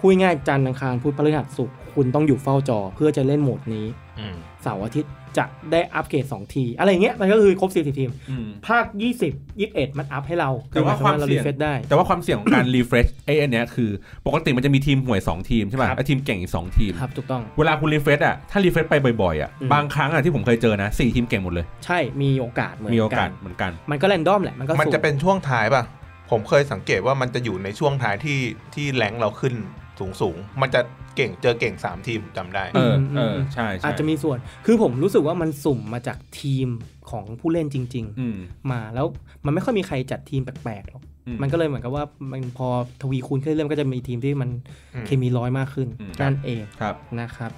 คุยง่ายจันทร์อังคารพุธพฤหัสศุกร์คุณต้องอยู่เฝ้าจอเพื่อจะเล่นโหมดนี้
อืม
เสาร์อาทิตย์จะได้อัปเกรดสองที อะไรอย่างเงี้ยมันก็คือครบ40ทีม
อืม
ภาค 20 21 มันอัพให้เรา
แต่ว่าความ
เรา
เสี่
รี
ยง
เฟซได้
แต่ว่าความเสี่ยงของ การ รีเฟรชไอ้อันเนี้ยคือ ปกติมันจะมีทีมห่วย 2 ทีมใช่ป่ะ
ครับ
แล้วทีมเก่งอีก 2 ทีม
ครับ ถูกต้อง
เวลาคุณรีเฟรชอ่ะถ้ารีเฟรชไปบ่อยๆอ่ะ
อืม
บางครั้งอ่ะที่ผมเคยเจอนะสี่ทีมเก่งหมดเลย
ใช่มีโอกาสเหมือน
มีโอกาส
น
เหมือนกัน
มันก็แรนดอมแหละ มันก็
มัน
สุ่
จะเป็นช่วงท้ายป่ะ ผมเคยสังเกตว่ามันจะอยู่ในช่วงท้ายที่ที่แรงเราขึ้นสูงสูงๆมันจะเก่งเจอเก่งสามทีมจำได้
เออเออใช่ใช่
อาจจะมีส่วน คือผมรู้สึกว่ามันสุ่มมาจากทีมของผู้เล่นจริง
อืม
ๆ มาแล้วมันไม่ค่อยมีใครจัดทีมแปลกๆหรอก
อื
มันก็เลยเหมือนกับว่ามันพอทวีคูณขึ้นเรื่อยๆมันก็จะมีทีมที่มัน
อืม
เคมีร้อยมากขึ้น
อืม
นั่นเอง
ครับ
นะครับ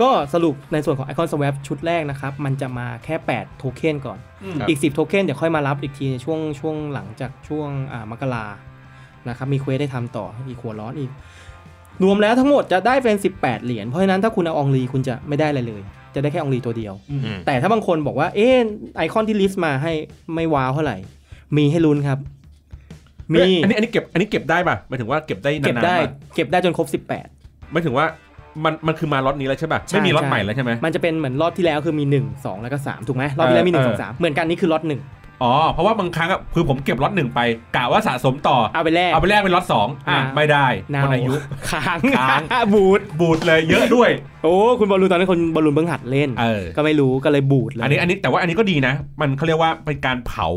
ก็สรุปในส่วนของไอคอนสว p ชุดแรกนะครับ มันจะมาแค่8โทเค็นก่อน
ครับ
อีก 10 โทเค็นเดี๋ยวค่อยมารับอีกทีในช่วงช่วงหลังจากช่วงอ่ามกรานะครับมีเควสได้ทำต่ออีกหัวร้อนอีก รวมแล้วทั้งหมดจะได้เป็น 18 เหรียญเพราะฉะนั้นถ้าคุณเอาอองลีคุณจะไม่ได้อะไรเลย จะได้แค่อองลีตัวเดียว
อืม
แต่ถ้าบางคนบอกว่า เอ๊ะไอคอนที่ลิสต์มาให้ไม่ว้าวเท่าไหร่ มีให้ลุ้นครับ มี
เอ้ยอันนี้อันนี้เก็บอันนี้เก็บได้ป่ะหมายถึงว่าเก็บได้
เก็บ
นานๆ
ได้
ป่ะ
เก็บได้จนครบ 18
หมายถึงว่ามันมันคือมาล็อตนี้แล้วใช่ป่ะ
ใช่
ไม่มีล็อตให
ใช่
ม่แล้วใช่ไหม
มันจะเป็นเหมือนรอบที่แล้วคือมี 1 2 แล้วก็ 3 ถูกไหมรอบที่แล้วมี 1
เออ
2 3 เหมือนกันนี่คือล็อตหนึ่ง
อ๋อเพราะว่าบางครั้งอ่ะคือผมเก็บล็อตหนึ่งไปกะว่าสะสมต่อ
เอาไปแลก
เอาไปแลกเป็นล็อตสองอ่ะ
อ่า
ไม่ได้
นา
ค
วน
อายุ
ค้าง
ค้าง
บูด
บูดเลยเยอะ ด้วย
โอ้ คุณบอลลูนตอนนั้นคนบอลลูนเพิ่งหัดเล่น
เออ
ก็ไม่รู้ก็เลยบูดเลย
อันนี้อันนี้แต่ว่าอันนี้ก็ดีนะ มันเขาเรียกว่าเป็นการเผา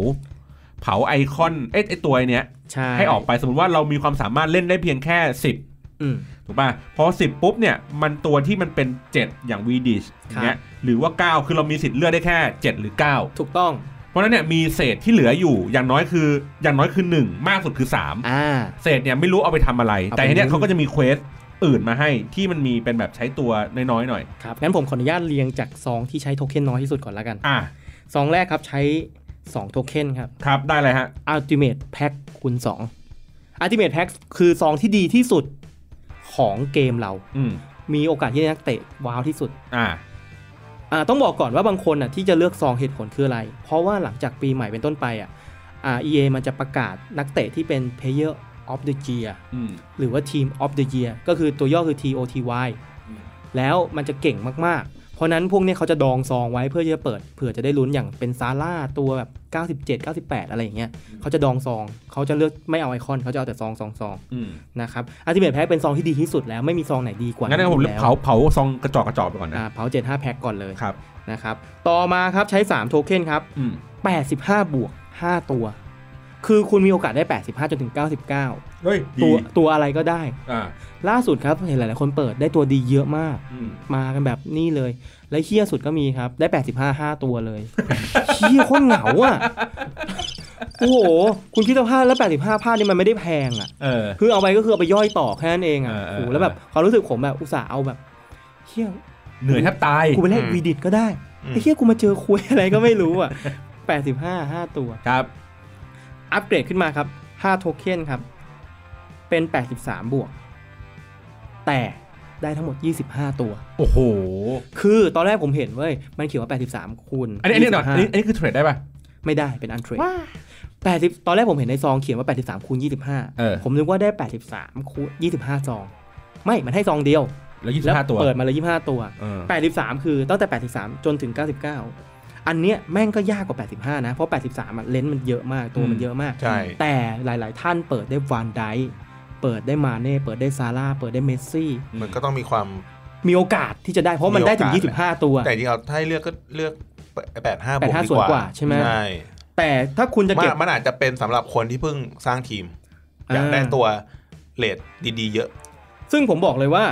เผาไอคอนเอ้ยไอตัวเนี้ย
ใช่
ให้ออกไปสมมติว่าเรามีความสามารถเล่นได้เพียงแค่ 10
อืม
ถูกป่ะพอ 10 ปุ๊บเนี่ย มันตัวที่มันเป็น 7 อย่างวีดิชเนี้ยหรือว่า 9 คือเรามีสิทธิ์เลือกได้แค่ 7 หรือ 9
ถูกต้อง
เพราะฉะนั้นเนี่ยมีเศษที่เหลืออยู่อย่างน้อยคืออย่างน้อยคือ 1 มากสุดคือ
อ่า
3 เศษเนี่ยไม่รู้เอาไปทำอะไร
เอาไป
แต่ทีเนี้ย
เล่น
เขาก็จะมีเควสอื่นมาให้ที่มันมีเป็นแบบใช้ตัวน้อยๆหน่อย
ครับ งั้นผมขออนุญาตเรียงจากซองที่ใช้โทเค็นน้อยที่สุดก่อนแล้วกัน
อ่ะ
ซองแรกครับใช้ 2 โทเค็นครับ
ครับได้เลยฮะ
Ultimate Pack คูณ2 Ultimate Pack คือซองที่ดีที่สุด ของเกมเรา
อืม
มีโอกาสที่นักเตะว้าวที่สุด
อ่า
อ่าต้องบอกก่อนว่าบางคนอ่ะที่จะเลือกซองเหตุผลคืออะไร เพราะว่าหลังจากปีใหม่เป็นต้นไปอ่ะอ่า EA มันจะประกาศนักเตะที่เป็น Player of the Year
อืม
หรือว่า Team of the Year ก็คือตัวย่อคือ TOTY
อืม
แล้วมันจะเก่งมาก ๆ เพราะนั้นพวกเนี้ยเขาจะดองซองไว้เพื่อที่จะเปิดเผื่อจะได้ลุ้นอย่างเป็นซาร่าตัวแบบ 97 98 อะไรอย่างเงี้ยเขาจะดองซองเขาจะเลือกไม่เอาไอคอนเขาจะเอาแต่ซองซองซอง
อืม
นะครับอัลติเมทแพ้เป็นซองที่ดีที่สุดแล้วไม่มีซองไหนดีกว่า
งั้นผม
แล้ว
เผาเผาซองกระจอกกระจอกไปก่อนนะ
อ่าเผา75แพ็คก่อนเลย
ครับ
นะครับ ต่อมาครับใช้ 3 โทเค็นครับ
อืม
85 บวก 5 ตัว คือคุณมีโอกาสได้ 85 จนถึง
เฮ้ย
99 ตัวตัวอะไรก็ได้
อ่า
ล่าสุดครับ เห็นหลาย ๆ คนเปิดได้ตัวดีเยอะมาก
อืม
มากันแบบนี่เลย และเฮี้ยสุดก็มีครับ ได้ 85 5 ตัว เลย เฮี้ยโคนเหงาอ่ะ โอ้โห คุณคิดสภาพแล้ว 85พลาดนี่มันไม่ได้แพงอ่ะ
เออ
คือเอาไปก็คือเอาไปย่อยต่อแค่นั้นเองอ่ะ
เออเออ
โอ้โหแล้วแบบความรู้สึกผมแบบอุตส่าห์เอาแบบเฮี้ย
เหนื่อยแทบตาย
กูไปเล่นวีดิตก็ได้
อืม
ไอ้เหี้ยกูมาเจอคุยอะไรก็ไม่รู้อ่ะ 85 5 ตัว
ครับ
อัปเกรดขึ้นมาครับ 5 โทเค็นครับ เป็น 83 บวก แต่ได้ทั้งหมด 25 ตัว
โอ้โห
คือตอนแรกผมเห็นเว้ย มันเขียนว่า 83 คูณ
อันนี้อันนี้หน่อยอันนี้
25
อันนี้คือเทรดได้ป่ะ
ไม่ได้เป็นอันเทรด80 ตอนแรกผมเห็นในซองเขียนว่า 83 คูณ
เออ
25 ผมนึกว่าได้ 83 คูณ 25 ซอง ไม่ มันให้ซองเดียว
แล้วยี่สิบ
แล้ว
ห้าตัว
เปิดมาเลย25 ตัว
เออ
83 คือตั้งแต่ 83 จนถึง 99 อันเนี้ยแม่งก็ยากกว่า 85 นะ เพราะ 83อ่ะเลนส์มันเยอะมากตัวมันเยอะมาก
ใช่
แต่หลาย ๆ ท่านเปิดได้วานไดซ์เปิดได้มาเน่เปิดได้ซาร่าเปิดได้เมสซี่
มันก็ต้องมีความ
มีโอกาสที่จะได้เพราะมันได้ถึง
มีโอกาส
25 ตัว
แต่จริงเอาถ้าให้เลือกก็เลือกแปดห้าบวก
85
ดี
ส่วนกว่าใช่ไหม
ใช่
แต่ถ้าคุณจะ
มัน
เก็บ
มันอาจจะเป็นสำหรับคนที่เพิ่งสร้างทีม อยาก
อ่า
ได้ตัวเลทดีๆ เยอะ
ซึ่งผมบอกเลยว่า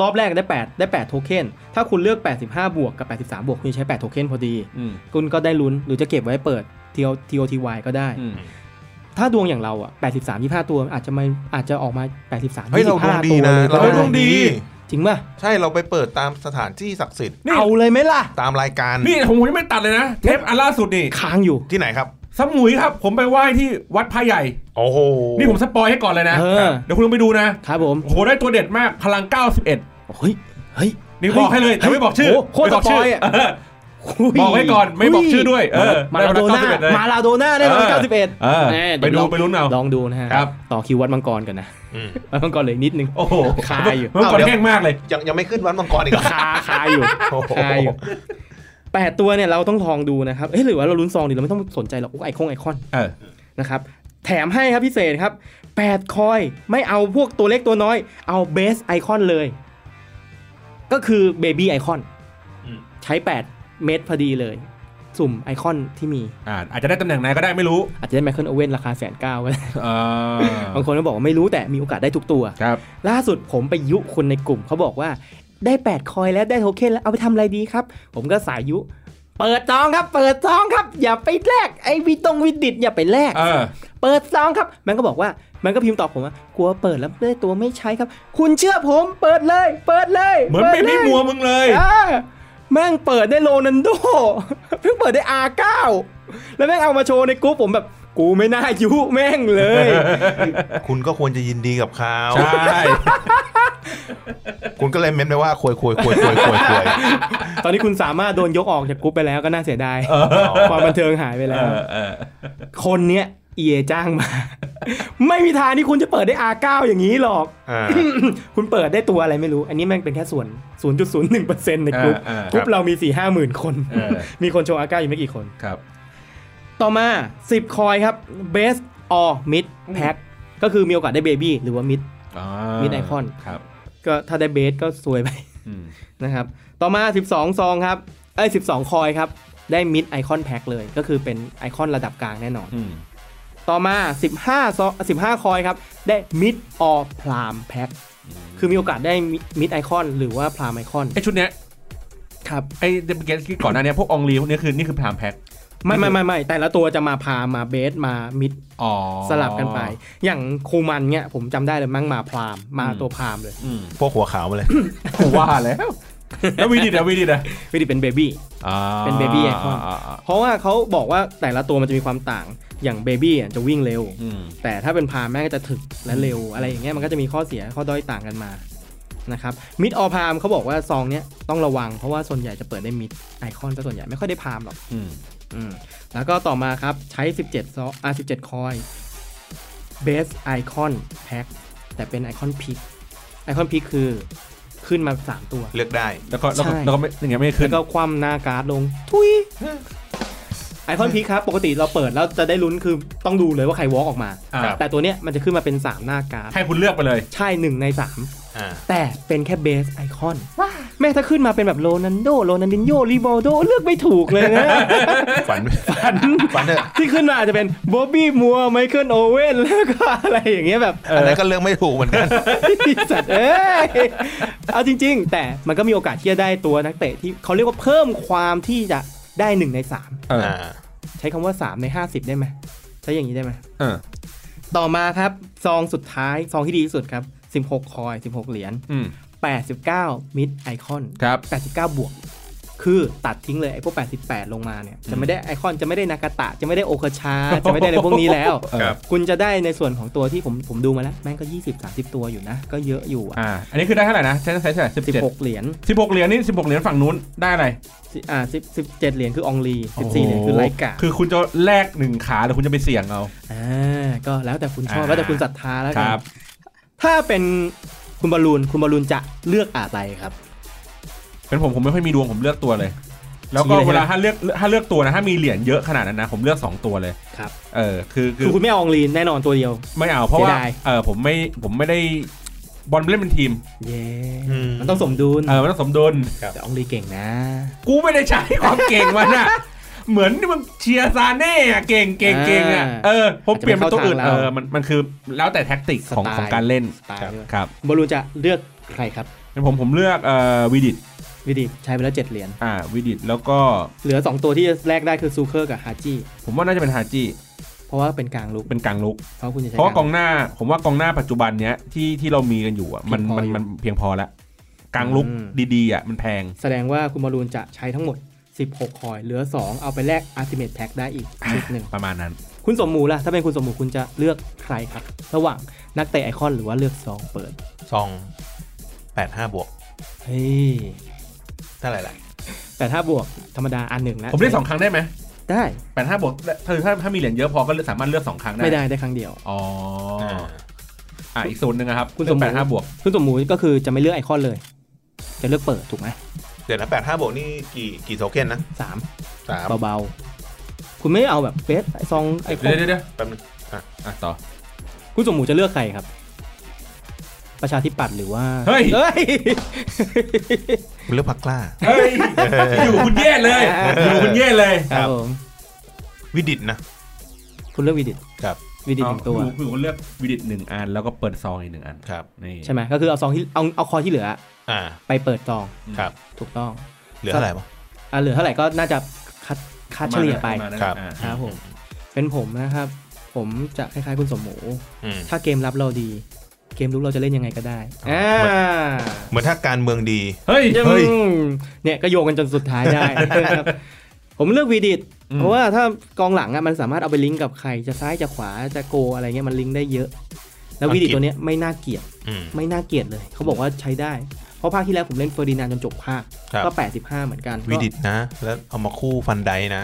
รอบแรกได้ 8 ได้ 8 โทเค็นถ้าคุณเลือก 85 บวกกับ 83 บวกคุณจะใช้ 8 โทเค็นพอดี
อืม
คุณก็ได้ลุ้นหรือจะเก็บไว้เปิด TOTY ก็ได้
อืม
ถ้าดวงอย่างเราอ่ะ 83 25 ตัวอาจจะไม่อาจจะออกมา 83
เฮ้ย เราดวง
25
ดี
ตัว
นะ
เลยก็
เรา
ได้
ดวงดี
จริงป่ะ
ใช่เราไปเปิดตามสถานที่ศักดิ์สิทธิ์
เอาเลยไหมล่ะ
ตามรายการ
นี่ผมยังไม่ตัดเลยนะ เทปอันล่าสุดนี่
ค้างอยู่
ที่ไหนครับ
สมุยครับ ผมไปไหว้ที่วัดพระใหญ่
โอ้โห
นี่ผมสปอยให้ก่อนเลยนะ
เออ
เดี๋ยวคุณลองไปดูนะ
ครับผม
โอ้โห ได้ตัวเด็ดมาก พลัง 91
เฮ้ย เฮ้ย
นี่บอกให้เลยแต่ไม่บอกชื่อ
โอ้โหโคตร
ไม่บอกชื่
สปอยอะ
เบอกไว้ก่อนไม่บอกชื่อด้วยเออ
มาลาโดน่า
ได้191เลย
มาลาโดน่าได้ร้อยเก้าสิบเอ็ด
เออไปดูไปลุ้นเอา
ลองดูนะฮะ
ครับ
ต่อคิววัดมังกรก่อนนะ
อืม
วัดมังกรเหลยนิดนึง
โอ้โห
คาอยู่
เมื่อก่อน
เอาเดี๋ยว
แห้งมากเลย
ยังยังไม่ขึ้นวันมังกรอีกเหรอ
คาคาอยู่
โอ้โห
คาอยู่แปดตัวเนี่ยเราต้องลองดูนะครับเอ้ยหรือว่าเราลุ้นซองดีเราไม่ต้องสนใจหรอกอุ๊ยไอคงไอคอน
เออ
นะครับ แถมให้ครับพิเศษครับ 8 คอยไม่เอาพวกตัวเล็กตัวน้อย เอาเบสไอคอนเลย ก็คือเบบี้ไอคอน
อืม
ใช้ 8 เม็ดพอดีเลย สุ่มไอคอนที่มี
อ่าอาจจะได้ตำแหน่งไหนก็ได้ไม่รู้
อาจจะได้ไมเคิลโอเว่นราคาแสนเก้าก็ได้
เออบ
างคน ก็บอกว่าไม่รู้แต่มีโอกาสได้ทุกตัว
ครับ
ล่าสุดผมไปยุคนในกลุ่มเขาบอกว่าได้ 8 คอยแล้วได้โทเค็นแล้วเอาไปทำอะไรดีครับ ผมก็สายยุ เปิดซองครับ เปิดซองครับ อย่าไปแลกไอวิตรงวิดิตอย่าไปแลก
เออ
เปิดซองครับ มันก็บอกว่า มันก็พิมพ์ตอบผมว่ากลัวเปิดแล้วได้ตัวไม่ใช้ครับ คุณเชื่อผม เปิดเลย เปิดเลย
เหมือนเป็น
ดล
พี่
ย
มัวมึงเลย
อ่าแม่งเปิดได้โรนันโด เพิ่งเปิดได้อาเก้าแล้วแม่งเอามาโชว์ในกรุ๊ปผมแบบ กูไม่น่ายุแม่งเลย
คุณก็ควรจะยินดีกับเขา
ใช่
คุณก็เลยเม้นไปว่าควยควยควยควยควยควย
ตอนนี้คุณสามารถโดนยกออกจากกรุ๊ปไปแล้วก็น่าเสียดายความบันเทิงหายไป
เอ
แล้ว
อเออ
คนเนี้ยเอจ้าง มา ไม่มีทางที่คุณจะเปิดได้อาเก้าอย่างนี้หรอก
อ่า
คุณเปิดได้ตัวอะไรไม่รู้ อันนี้แม่งเป็นแค่ส่วน 0.01%ในกลุ่ม
เออก
ลุ่มเรามี 4 5 หมื่นคน
เออ
มีคนโชว์อาก้าอยู่ไม่กี่คน
ครับ
ต่อมา 10 คอยครับ best or mid pack ก็คือมีโอกาสได้เบบี้หรือว่า mid
อ่า
มิดไอคอน
ครับ
ก็ถ้าได้เบสก็ซวยไป
อืม
นะครับ ต่อมา 12 ซองครับ เอ้ย 12 คอยครับ ได้ mid icon pack เลย ก็คือเป็นไอคอนระดับกลางแน่นอน
อืม
ต่อมา 15ซอง15 คอยครับ ได้ mid or prime pack คือมีโอกาสได้ mid icon หรือว่า prime icon
ไอชุดเนี้ย
ครับ
ไอเดบิเกตที่ก่อนหน้าเนี้ยพวกอองลีพวกเนี้ยคือนี่คือพรามแพ็ค
ไม่ไม่ไม่ไม่แต่ละตัวจะมาพามาเบสมามิด
อ๋อ
สลับกันไป อย่างคูมันเนี่ยผมจำได้เลยมั่งมาพรามมา
อืม
ตัวพรามเลย
อืม
พวกหัวขาวมาเลย
กูว่าแล้ว แล้ววีดิตอะวีดิตอะ
วิดิเป็นเบบี้
อ่า
เป็น baby icon
าา
เพราะว่าเขาบอกว่าแต่ละตัวมันจะมีความต่างอย่างเบบี้อ่ะจะวิ่งเร็ว
อืม
แต่ถ้าเป็นพาแม่งก็จะถึกและเร็วอะไรอย่างเงี้ยมันก็จะมีข้อเสียข้อด้อยต่างกันมานะครับมิดออพามเขาบอกว่าซองเนี้ยต้องระวังเพราะว่าส่วนใหญ่จะเปิดได้มิดไอคอนซะส่วนใหญ่ไม่ค่อยได้พามหรอก
อืม
อืมแล้วก็ต่อมาครับใช้ 17ซองอ่ะ17 คอยเบสไอคอนแพ็คแต่เป็นไอคอนพิกไอคอนพิกคือขึ้นมา 3 ตัว
เลือกได้
แล้วก็แล้วก็
ใช่
แล้วก็ไม่อย่างเงี้ยไม่ขึ้
แล้
น
วก็คว่ำหน้าการ์ดลง ทุยไอคอนพีครับ ปกติเราเปิดแล้วจะได้ลุ้นคือต้องดูเลยว่าใครวอล์กออกมา
อ่า
ครับ
แต่ตัวเนี้ยมันจะขึ้นมาเป็น 3 หน้าการ์ด
ให้คุณเลือกไปเลย
ใช่ 1 ใน
อ่า
3 แต่เป็นแค่เบสไอคอนแม่ถ้าขึ้นมาเป็นแบบโรนันโดโรนันดินโยรีโบโดเลือกไม่ถูกเลยนะ
ฝันฝันฝันเถอะ
ที่ขึ้นมาอาจจะเป็นบ๊อบบี้มัวไมเคิลโอเว่นแล้วก็อะไรอย่างเงี้ยแบบ
อันนั้นก็เลือกไม่ถูกเหมือนกัน
สัตว์เอ้ย เอาจริง ๆ แต่มันก็มีโอกาสที่จะได้ตัวนักเตะที่เขาเรียกว่าเพิ่มความที่จะได้ 1 ใน
เออ
อ่า
3 ใช้คำว่า 3 ใน 50 ได้ไหมใช้อย่างนี้ได้ไหม
เออ
ต่อมาครับ ซองสุดท้าย ซองที่ดีที่สุดครับ 16 คอย 16 เหรียญ
อืม
89 มิดไอคอน
ครับ
89 บวก คือตัดทิ้งเลยไอ้พวก 88 ลงมาเนี่ย จะไม่ได้ไอคอนจะไม่ได้นากาตะ จะไม่ได้โอคาชา จะไม่ได้อะไรพวกนี้แล้ว
ครับ
คุณจะได้ในส่วนของตัวที่ผมผมดูมาแล้วแม่งก็ 20-30 ตัวอยู่นะ ก็เยอะอยู่อะ
อ่า อันนี้คือได้เท่าไหร่นะใช้ใช้ใช่สิบเจ็ด
16 เหรียญ
สิบหกเหรียญนี่สิบหกเหรียญฝั่งนู้นได้อะไร
สิอ่า10 17 เหรียญคืออองลี 14 เหรียญคือไลกา
คือคุณจะแลกหนึ่งขาหรือคุณจะไปเสี่ยงเอา
อ่า ก็แล้วแต่คุณชอบ
อ่า
แล้วแต่คุณศรัทธาแล้
ค
วกั
รั
น
บ
ถ้าเป็นคุณบอลลูน คุณบอลลูนจะเลือกอะไรครับ
เป็นผมผมไม่ค่อยมีดวงผมเลือกตัวเลย แล้วก็
ชี้เลยใช่ไห
เว
ม
ลาถ้าเลือกถ้าเลือกตัวนะถ้ามีเหรียญเยอะขนาดนั้นนะผมเลือกสองตัวเลย
ครับ
เออคือคื
คือ อคุณไม่เอาอองลีแน่นอนตัวเดียว
ไม่เอาเพราะว่า
เสียดาย
เออผมไม่ผมไม่ได้บอลเล่นเป็นทีม
เย้
อืม
มันต้องสมดุล
เออมันต้องสมดุล
แต่อองลีเก่งนะ
กูไม่ได้ใช้ความเก่งมันอะ เหมือนที่มันเชียร์ซาเน่อะเก่งเก่งเก่งอะ
อ่า
เออผมเปลี่ยนเป็นตัวอื่น
อาจจะ
เอ
ไม่เข้าทางเรา
อมันมันคือแล้วแต่แท็กติกของ
สไตล์
ของการเล่น
ตายด้วย
ครับ
คุณบอลลูนจะเลือกใครครับ
เป็นผมผมเลือกเอ่อวิดิต
วิดีใช้ไปแล้ว 7 เหรียญ
อ่าวิดิตแล้วก็
เหลือ 2 ตัวที่จะแลกได้คือซูเคอร์กับฮาจิ
ผมว่าน่าจะเป็นฮาจิ
เพราะว่าเป็นกลางลุก
เป็นกลางลุก
เพราะคุณจะใช้
เพราะว่าก
กลา
อง งหน้าผมว่ากองหน้าปัจจุบันเนี้ยที่ที่เรามีกันอยู่อ่ะมัน
เพียงพอ
มัน
อยู่
มันเพียงพอละกลางลุก
อืม
ดีๆอ่ะมันแพง
แสดงว่าคุณบอลลูนจะใช้ทั้งหมด 16 คอย เหลือ 2 เอาไปแลก Ultimate Pack ได้อีกชุดหนึ่ง
ประมาณนั้น
คุณสมหมูล่ะ ถ้าเป็นคุณสมหมูคุณจะเลือกใครครับ ระหว่างนักเตะไอคอนหรือว่าเลือกซองเปิด
ซองแปดห้าบวก
เฮ้ย
เท่าไหร่ล่ะ
แต่ถ้าบวกธรรมดาอันหนึ่งนะ
ผมเลือกสองครั้งได้ไหม
ได้
แปดห้าบวกถ้าถ้าถ้ามีเหรียญเยอะพอก็สามารถเลือกสองครั้งได้
ไม่ได้ได้ครั้งเดียว
อ๋ออา อ่ะอีกโซนหนึ่งนะครับ
คุณสม
แป
บูร
ด
ณ์
ห้าบวก
คุณสมหมูก็คือจะไม่เลือกไอคอนเลย จะเลือกเปิดถูกไหม
เดี๋ยวนะแปดห้าบวกนี่กี่กี่โทเค็นนะ
สาม
สาม
เบาๆ คุณไม่เอาแบบเฟสซองไอคอ
เดี๋ยวน เดี๋ยวเดี๋ยว
แป๊บนึงอ่ะ
อ่ะต่อ
คุณสมหมูจะเลือกใครครับ ประชาธิปัตย์หรือว่า
เฮ้ย
เฮ้ย
คุณเลือกพักกล้า
เฮ้ยอยู่คุณแย่เลย
อ่า
อยู่คุณแย่เลย
ครับผม
วิดิตนะ
คุณเลือกวิดิต
ครับ
วิดิตหนึ่งตัว
เอาคือคุณเลือกวิดิตหนึ่งอันแล้วก็เปิดซองอีกหนึ่งอัน
ครับ
นี่
ใช่ไหมก็คือเอาซองที่เอาเอาคอที่เหลือ
อ่า
ไปเปิดซอง
ครับ
ถูกต้อง
เหลือเท่าไหร่ปะ
อ่ะเหลือเท่าไหร่ก็น่าจะคัดคัดเฉลี่ยไป
ระมาณนั้น
ครับ
อ่ะ
ครับผมเป็นผมนะครับ ผมจะคล้ายๆคุณสมหมู
อืม
ถ้าเกมรับเราดี เกมลุกเราจะเล่นยังไงก็ได้อ่า
เหมือนถ้าการเมืองดี
เฮ้ย
ยังเนี่ยก็โยงกันจนสุดท้ายได้ นะครับ ผมเลือกวีดิต
อืม
เพราะว่าถ้ากองหลังอะมันสามารถเอาไปลิงก์กับใครจะซ้ายจะขวาจะโกอะไรเงี้ยมันลิงก์ได้เยอะ แล้ววีดิตตัวเนี้ยไม่น่าเกลียด
อืม
ไม่น่าเกลียดเลย เขาบอกว่าใช้ได้ เพราะภาคที่แล้วผมเล่นเฟอร์ดินานด์จนจบภาค
ครับ
ก็ 85 เหมือนกัน
วิดิตนะ แล้วเอามาคู่ฟันไดนะ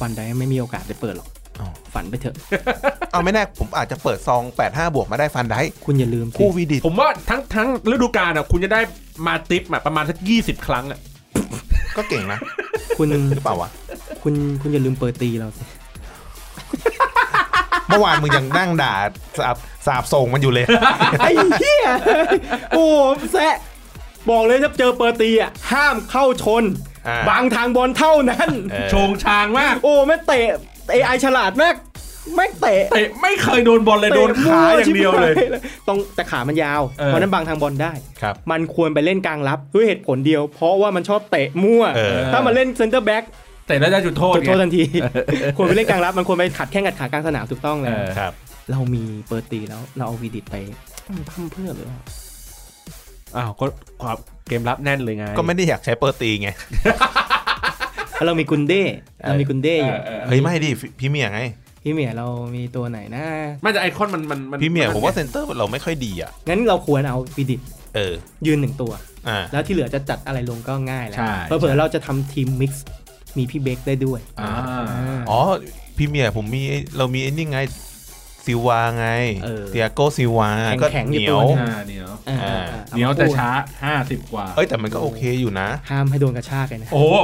ฟันได้ไม่มีโอกาสได้เปิดหรอก
อ้าว
ฝันไปเถอะ
เอาไม่แน่ผมอาจจะเปิดซองแปดห้าบวกมาได้ฟันได
คุณอย่าลื มสิ
คู่วิดิต
ผมว่าทั้งทั้งฤดูกาลอ่ะคุณจะได้มาติปอ่ะประมาณสักยี่สิบครั้งอ่ะ
ก็เก่งนะ
คุณ
หรือเปล่าวะ
คุณคุณอย่าลืมเปิดตีเราสิ
เมื่อวานมึงยังนั่งด่าสาบสาบส่งมันอยู่เลย
ไอ้เหี้ย โอ้โหแซะบอกเลยถ้าเจอเปิดตีอ่ะ ห้ามเข้าชน
อ่า
บางทางบอลเท่านั้น
เออ
โชงชางมาก
โอ้แม่งเตะ AI ฉลาดมากแม่งเตะ
เตะไม่เคยโดนบอลเลยโดนขาอย่างเดียวเลย
ตะมั่ชิบหต้องแต่ขามันยาว
เออ
เพราะนั้นบางทางบอลได้
ครับ
มันควรไปเล่นกลางรับด้วยเหตุผลเดียว เพราะว่ามันชอบเตะมั่ว
เออ
ถ้ามันเล่นเซนเตอร์แบ็ก
เตะแล้วได้จุดโทษ
จุดโทษ
ไง
ทัน ที ควรไปเล่นกลางรับ มันควรไปขัดแข้งขัดขากลางสนามถูกต้องเลย
เออ
ครับ
เรามีเปิดตีแล้ว เราเอาวีดิตไปทำเพื่อหรือเปล่า
อ้าวก็ความ เกมรับแน่นเลยไง
ก็ไม่ได้อยากใช้เปอร์ตีไง
แล้วเรามีกุนเด้เรามีกุนเด้
เอ
อยู่
อเออ
เฮ้ยไม่ดิพี่เมียไง
พี่เหมียเรามีตัวไหนนะ
ไม่แต่ไอคอนมันมันน
พี่เมียผมว่าเซนเตอร์เราไม่ค่อยดีอ่ะ
งั้นเราควรเอาวิดิต
เออ
ยืนหนึ่งตัว
อ่า
แล้วที่เหลือจะจัดอะไรลงก็ง่ายแล้ว
ใช่
เผื่อๆเราจะทำทีมมิกซ์มีพี่เบคได้ด้วย
อ่า
า
อ๋อ พี่เมียผมมีไอ้เรามีไอ้นี่ไงซิวาไง
เออ
เตียโกซิวา
แข็งๆ
ก็
อยู่
เหนียว ว
ตัหนึ่ง
หน้าเหนียว
อ่า
อ่า
อ่า
เหนียวแต่
อมพูด
ช้าห้าสิบกว่า
เอ้ยแต่มันก็โอเคอยู่นะ
ห้ามให้โดนกระชากเลยนะ
โอ้โห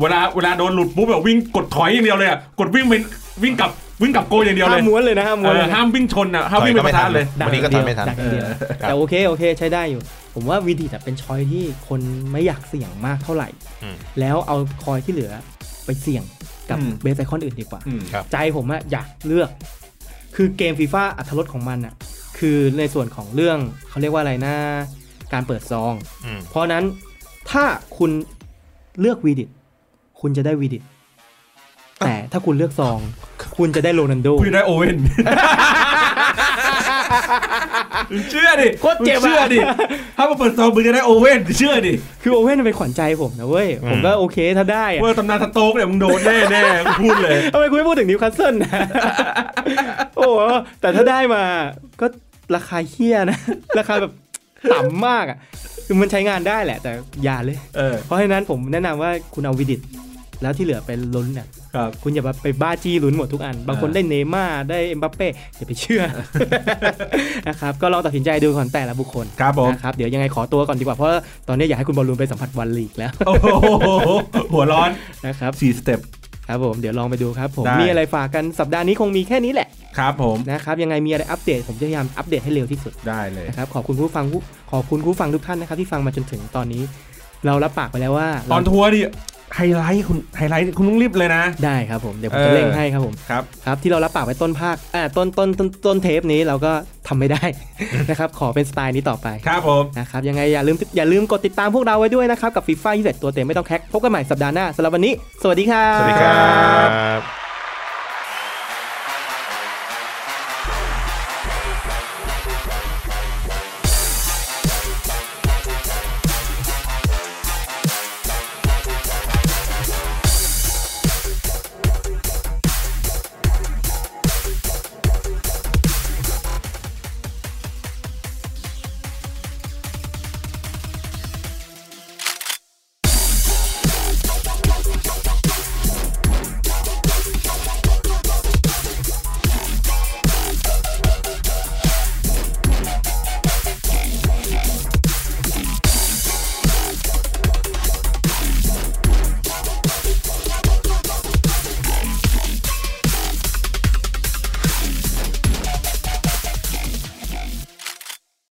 เวลาเวลาโดนหลุดปุ๊บแบบวิ่งกดถอยอย่างเดียวเลยอ่ะกดวิ่งไปวิ่งกลับวิ่งกลับโกอย่างเดียว
ห้า
เล
ม
ย
ม้วนเลยนะห้ามม้วน
เอ
เล
อย
นะ
ห้ามวิ่งชนอ่ะห้ามวิ่ง
ถ
ไป
อยก็ไม่
ปะทะ
ทัน
เลย
ดัก
วันนี้ก็ทำไม่ทัน
ดักอย่างเดียว
เออ
แต่โอเคโอเคใช้ได้อยู่ ผมว่าวิธีแต่เป็นช้อยที่คนไม่อยากเสี่ยงมากเท่าไหร่
อืม
แล้วเอาคอยที่เหลือไปเสี่ยงกับ
อืม
เบสไอคอนอื่นดีกว่า
อืม
ครับ
ใจผมอะอยากเลือก คือเกมฟีฟ่าอัธรสของมันอะคือในส่วนของเรื่องเขาเรียกว่าอะไรนะการเปิดซอง
อืม
เพราะนั้นถ้าคุณเลือกวีดิตคุณจะได้วีดิตแต่ถ้าคุณเลือกซอง คุณจะได้โรนันโด
คุยได้โอเว่นมึงเชื่อดิ
โคตรเจ็บอะ
มึงเชื่อดิ ถ้ามาเปิดซองมึงจะได้โอเว่นเชื่อดิ
คือโอเว่นเป็นขวัญใจผมนะเว้ย ผมก็โอเคถ้าได้อะ
เมื่อตำนานสโต๊กเนี่ยมึงโดนแน่แน่ๆกูพูดเลย
ทำไมคุณไม่พูดถึงนิวคาสเซิลนะ โอ้โหแต่ถ้าได้มาก็ราคาเฮี้ยนะ ราคาแบบต่ำมากอ่ะ คือมันใช้งานได้แหละ แต่อย่าเลย
เออ
เพราะฉะนั้นผมแนะนำว่าคุณเอาวิดิตแล้วที่เหลือไปลุ้นเนี่ย
ครับ
คุณอย่าแบบไปบ้าจี้ลุ้นหมดทุกอัน บางคน
อ่า
ได้เนย์ม่าร์ได้เอ็มบัปเป้อย่าไปเชื่อ นะครับ ก็ลองตัดสินใจดูก่อนแต่ละบุคคล
ครับผม
นะครับเดี๋ยวยังไงขอตัวก่อนดีกว่าเพราะตอนนี้อยากให้คุณบอลลูนไปสัมผัสวันลีกแล้ว
โอ้โหหัวร้อน
นะครับ
สี่สเต็ป
ครับผมเดี๋ยวลองไปดูครับผม
ได้
มีอะไรฝากกันสัปดาห์นี้คงมีแค่นี้แหละ
ครับผม
นะครับยังไงมีอะไรอัปเดตผมจะพยายามอัปเดตให้เร็วที่สุด
ได้เลย
นะครับขอบคุณผู้ฟังผู้ขอบคุณผู้ฟังทุกท่านนะครับที่ฟังมาจนถึงตอนนี้ เรารับปากไปแล้วว่า
ตอน
เรา
ทัวร์ดิไฮไลท์คุณไฮไลท์คุณต้องรีบเลยนะ
ได้ครับผมเดี๋ยวผม
เออ
จะเร่งให้ครับผม
ครับ
ครับที่เรารับปากไปต้นภาคอ่าต้นต้นต้นต้นเทปนี้เราก็ทำไม่ได้ นะครับขอเป็นสไตล์นี้ต่อไป
ครับผม
นะครับยังไงอย่าลืมอย่าลืมกดติดตามพวกเราไว้ด้วยนะครับกับฟีฟ่ายี่สิบตัวเต็มไม่ต้องแคกพบกันใหม่สัปดาห์หน้าสำหรับวันนี้ สวัสดีครับ
สวัสดีครับ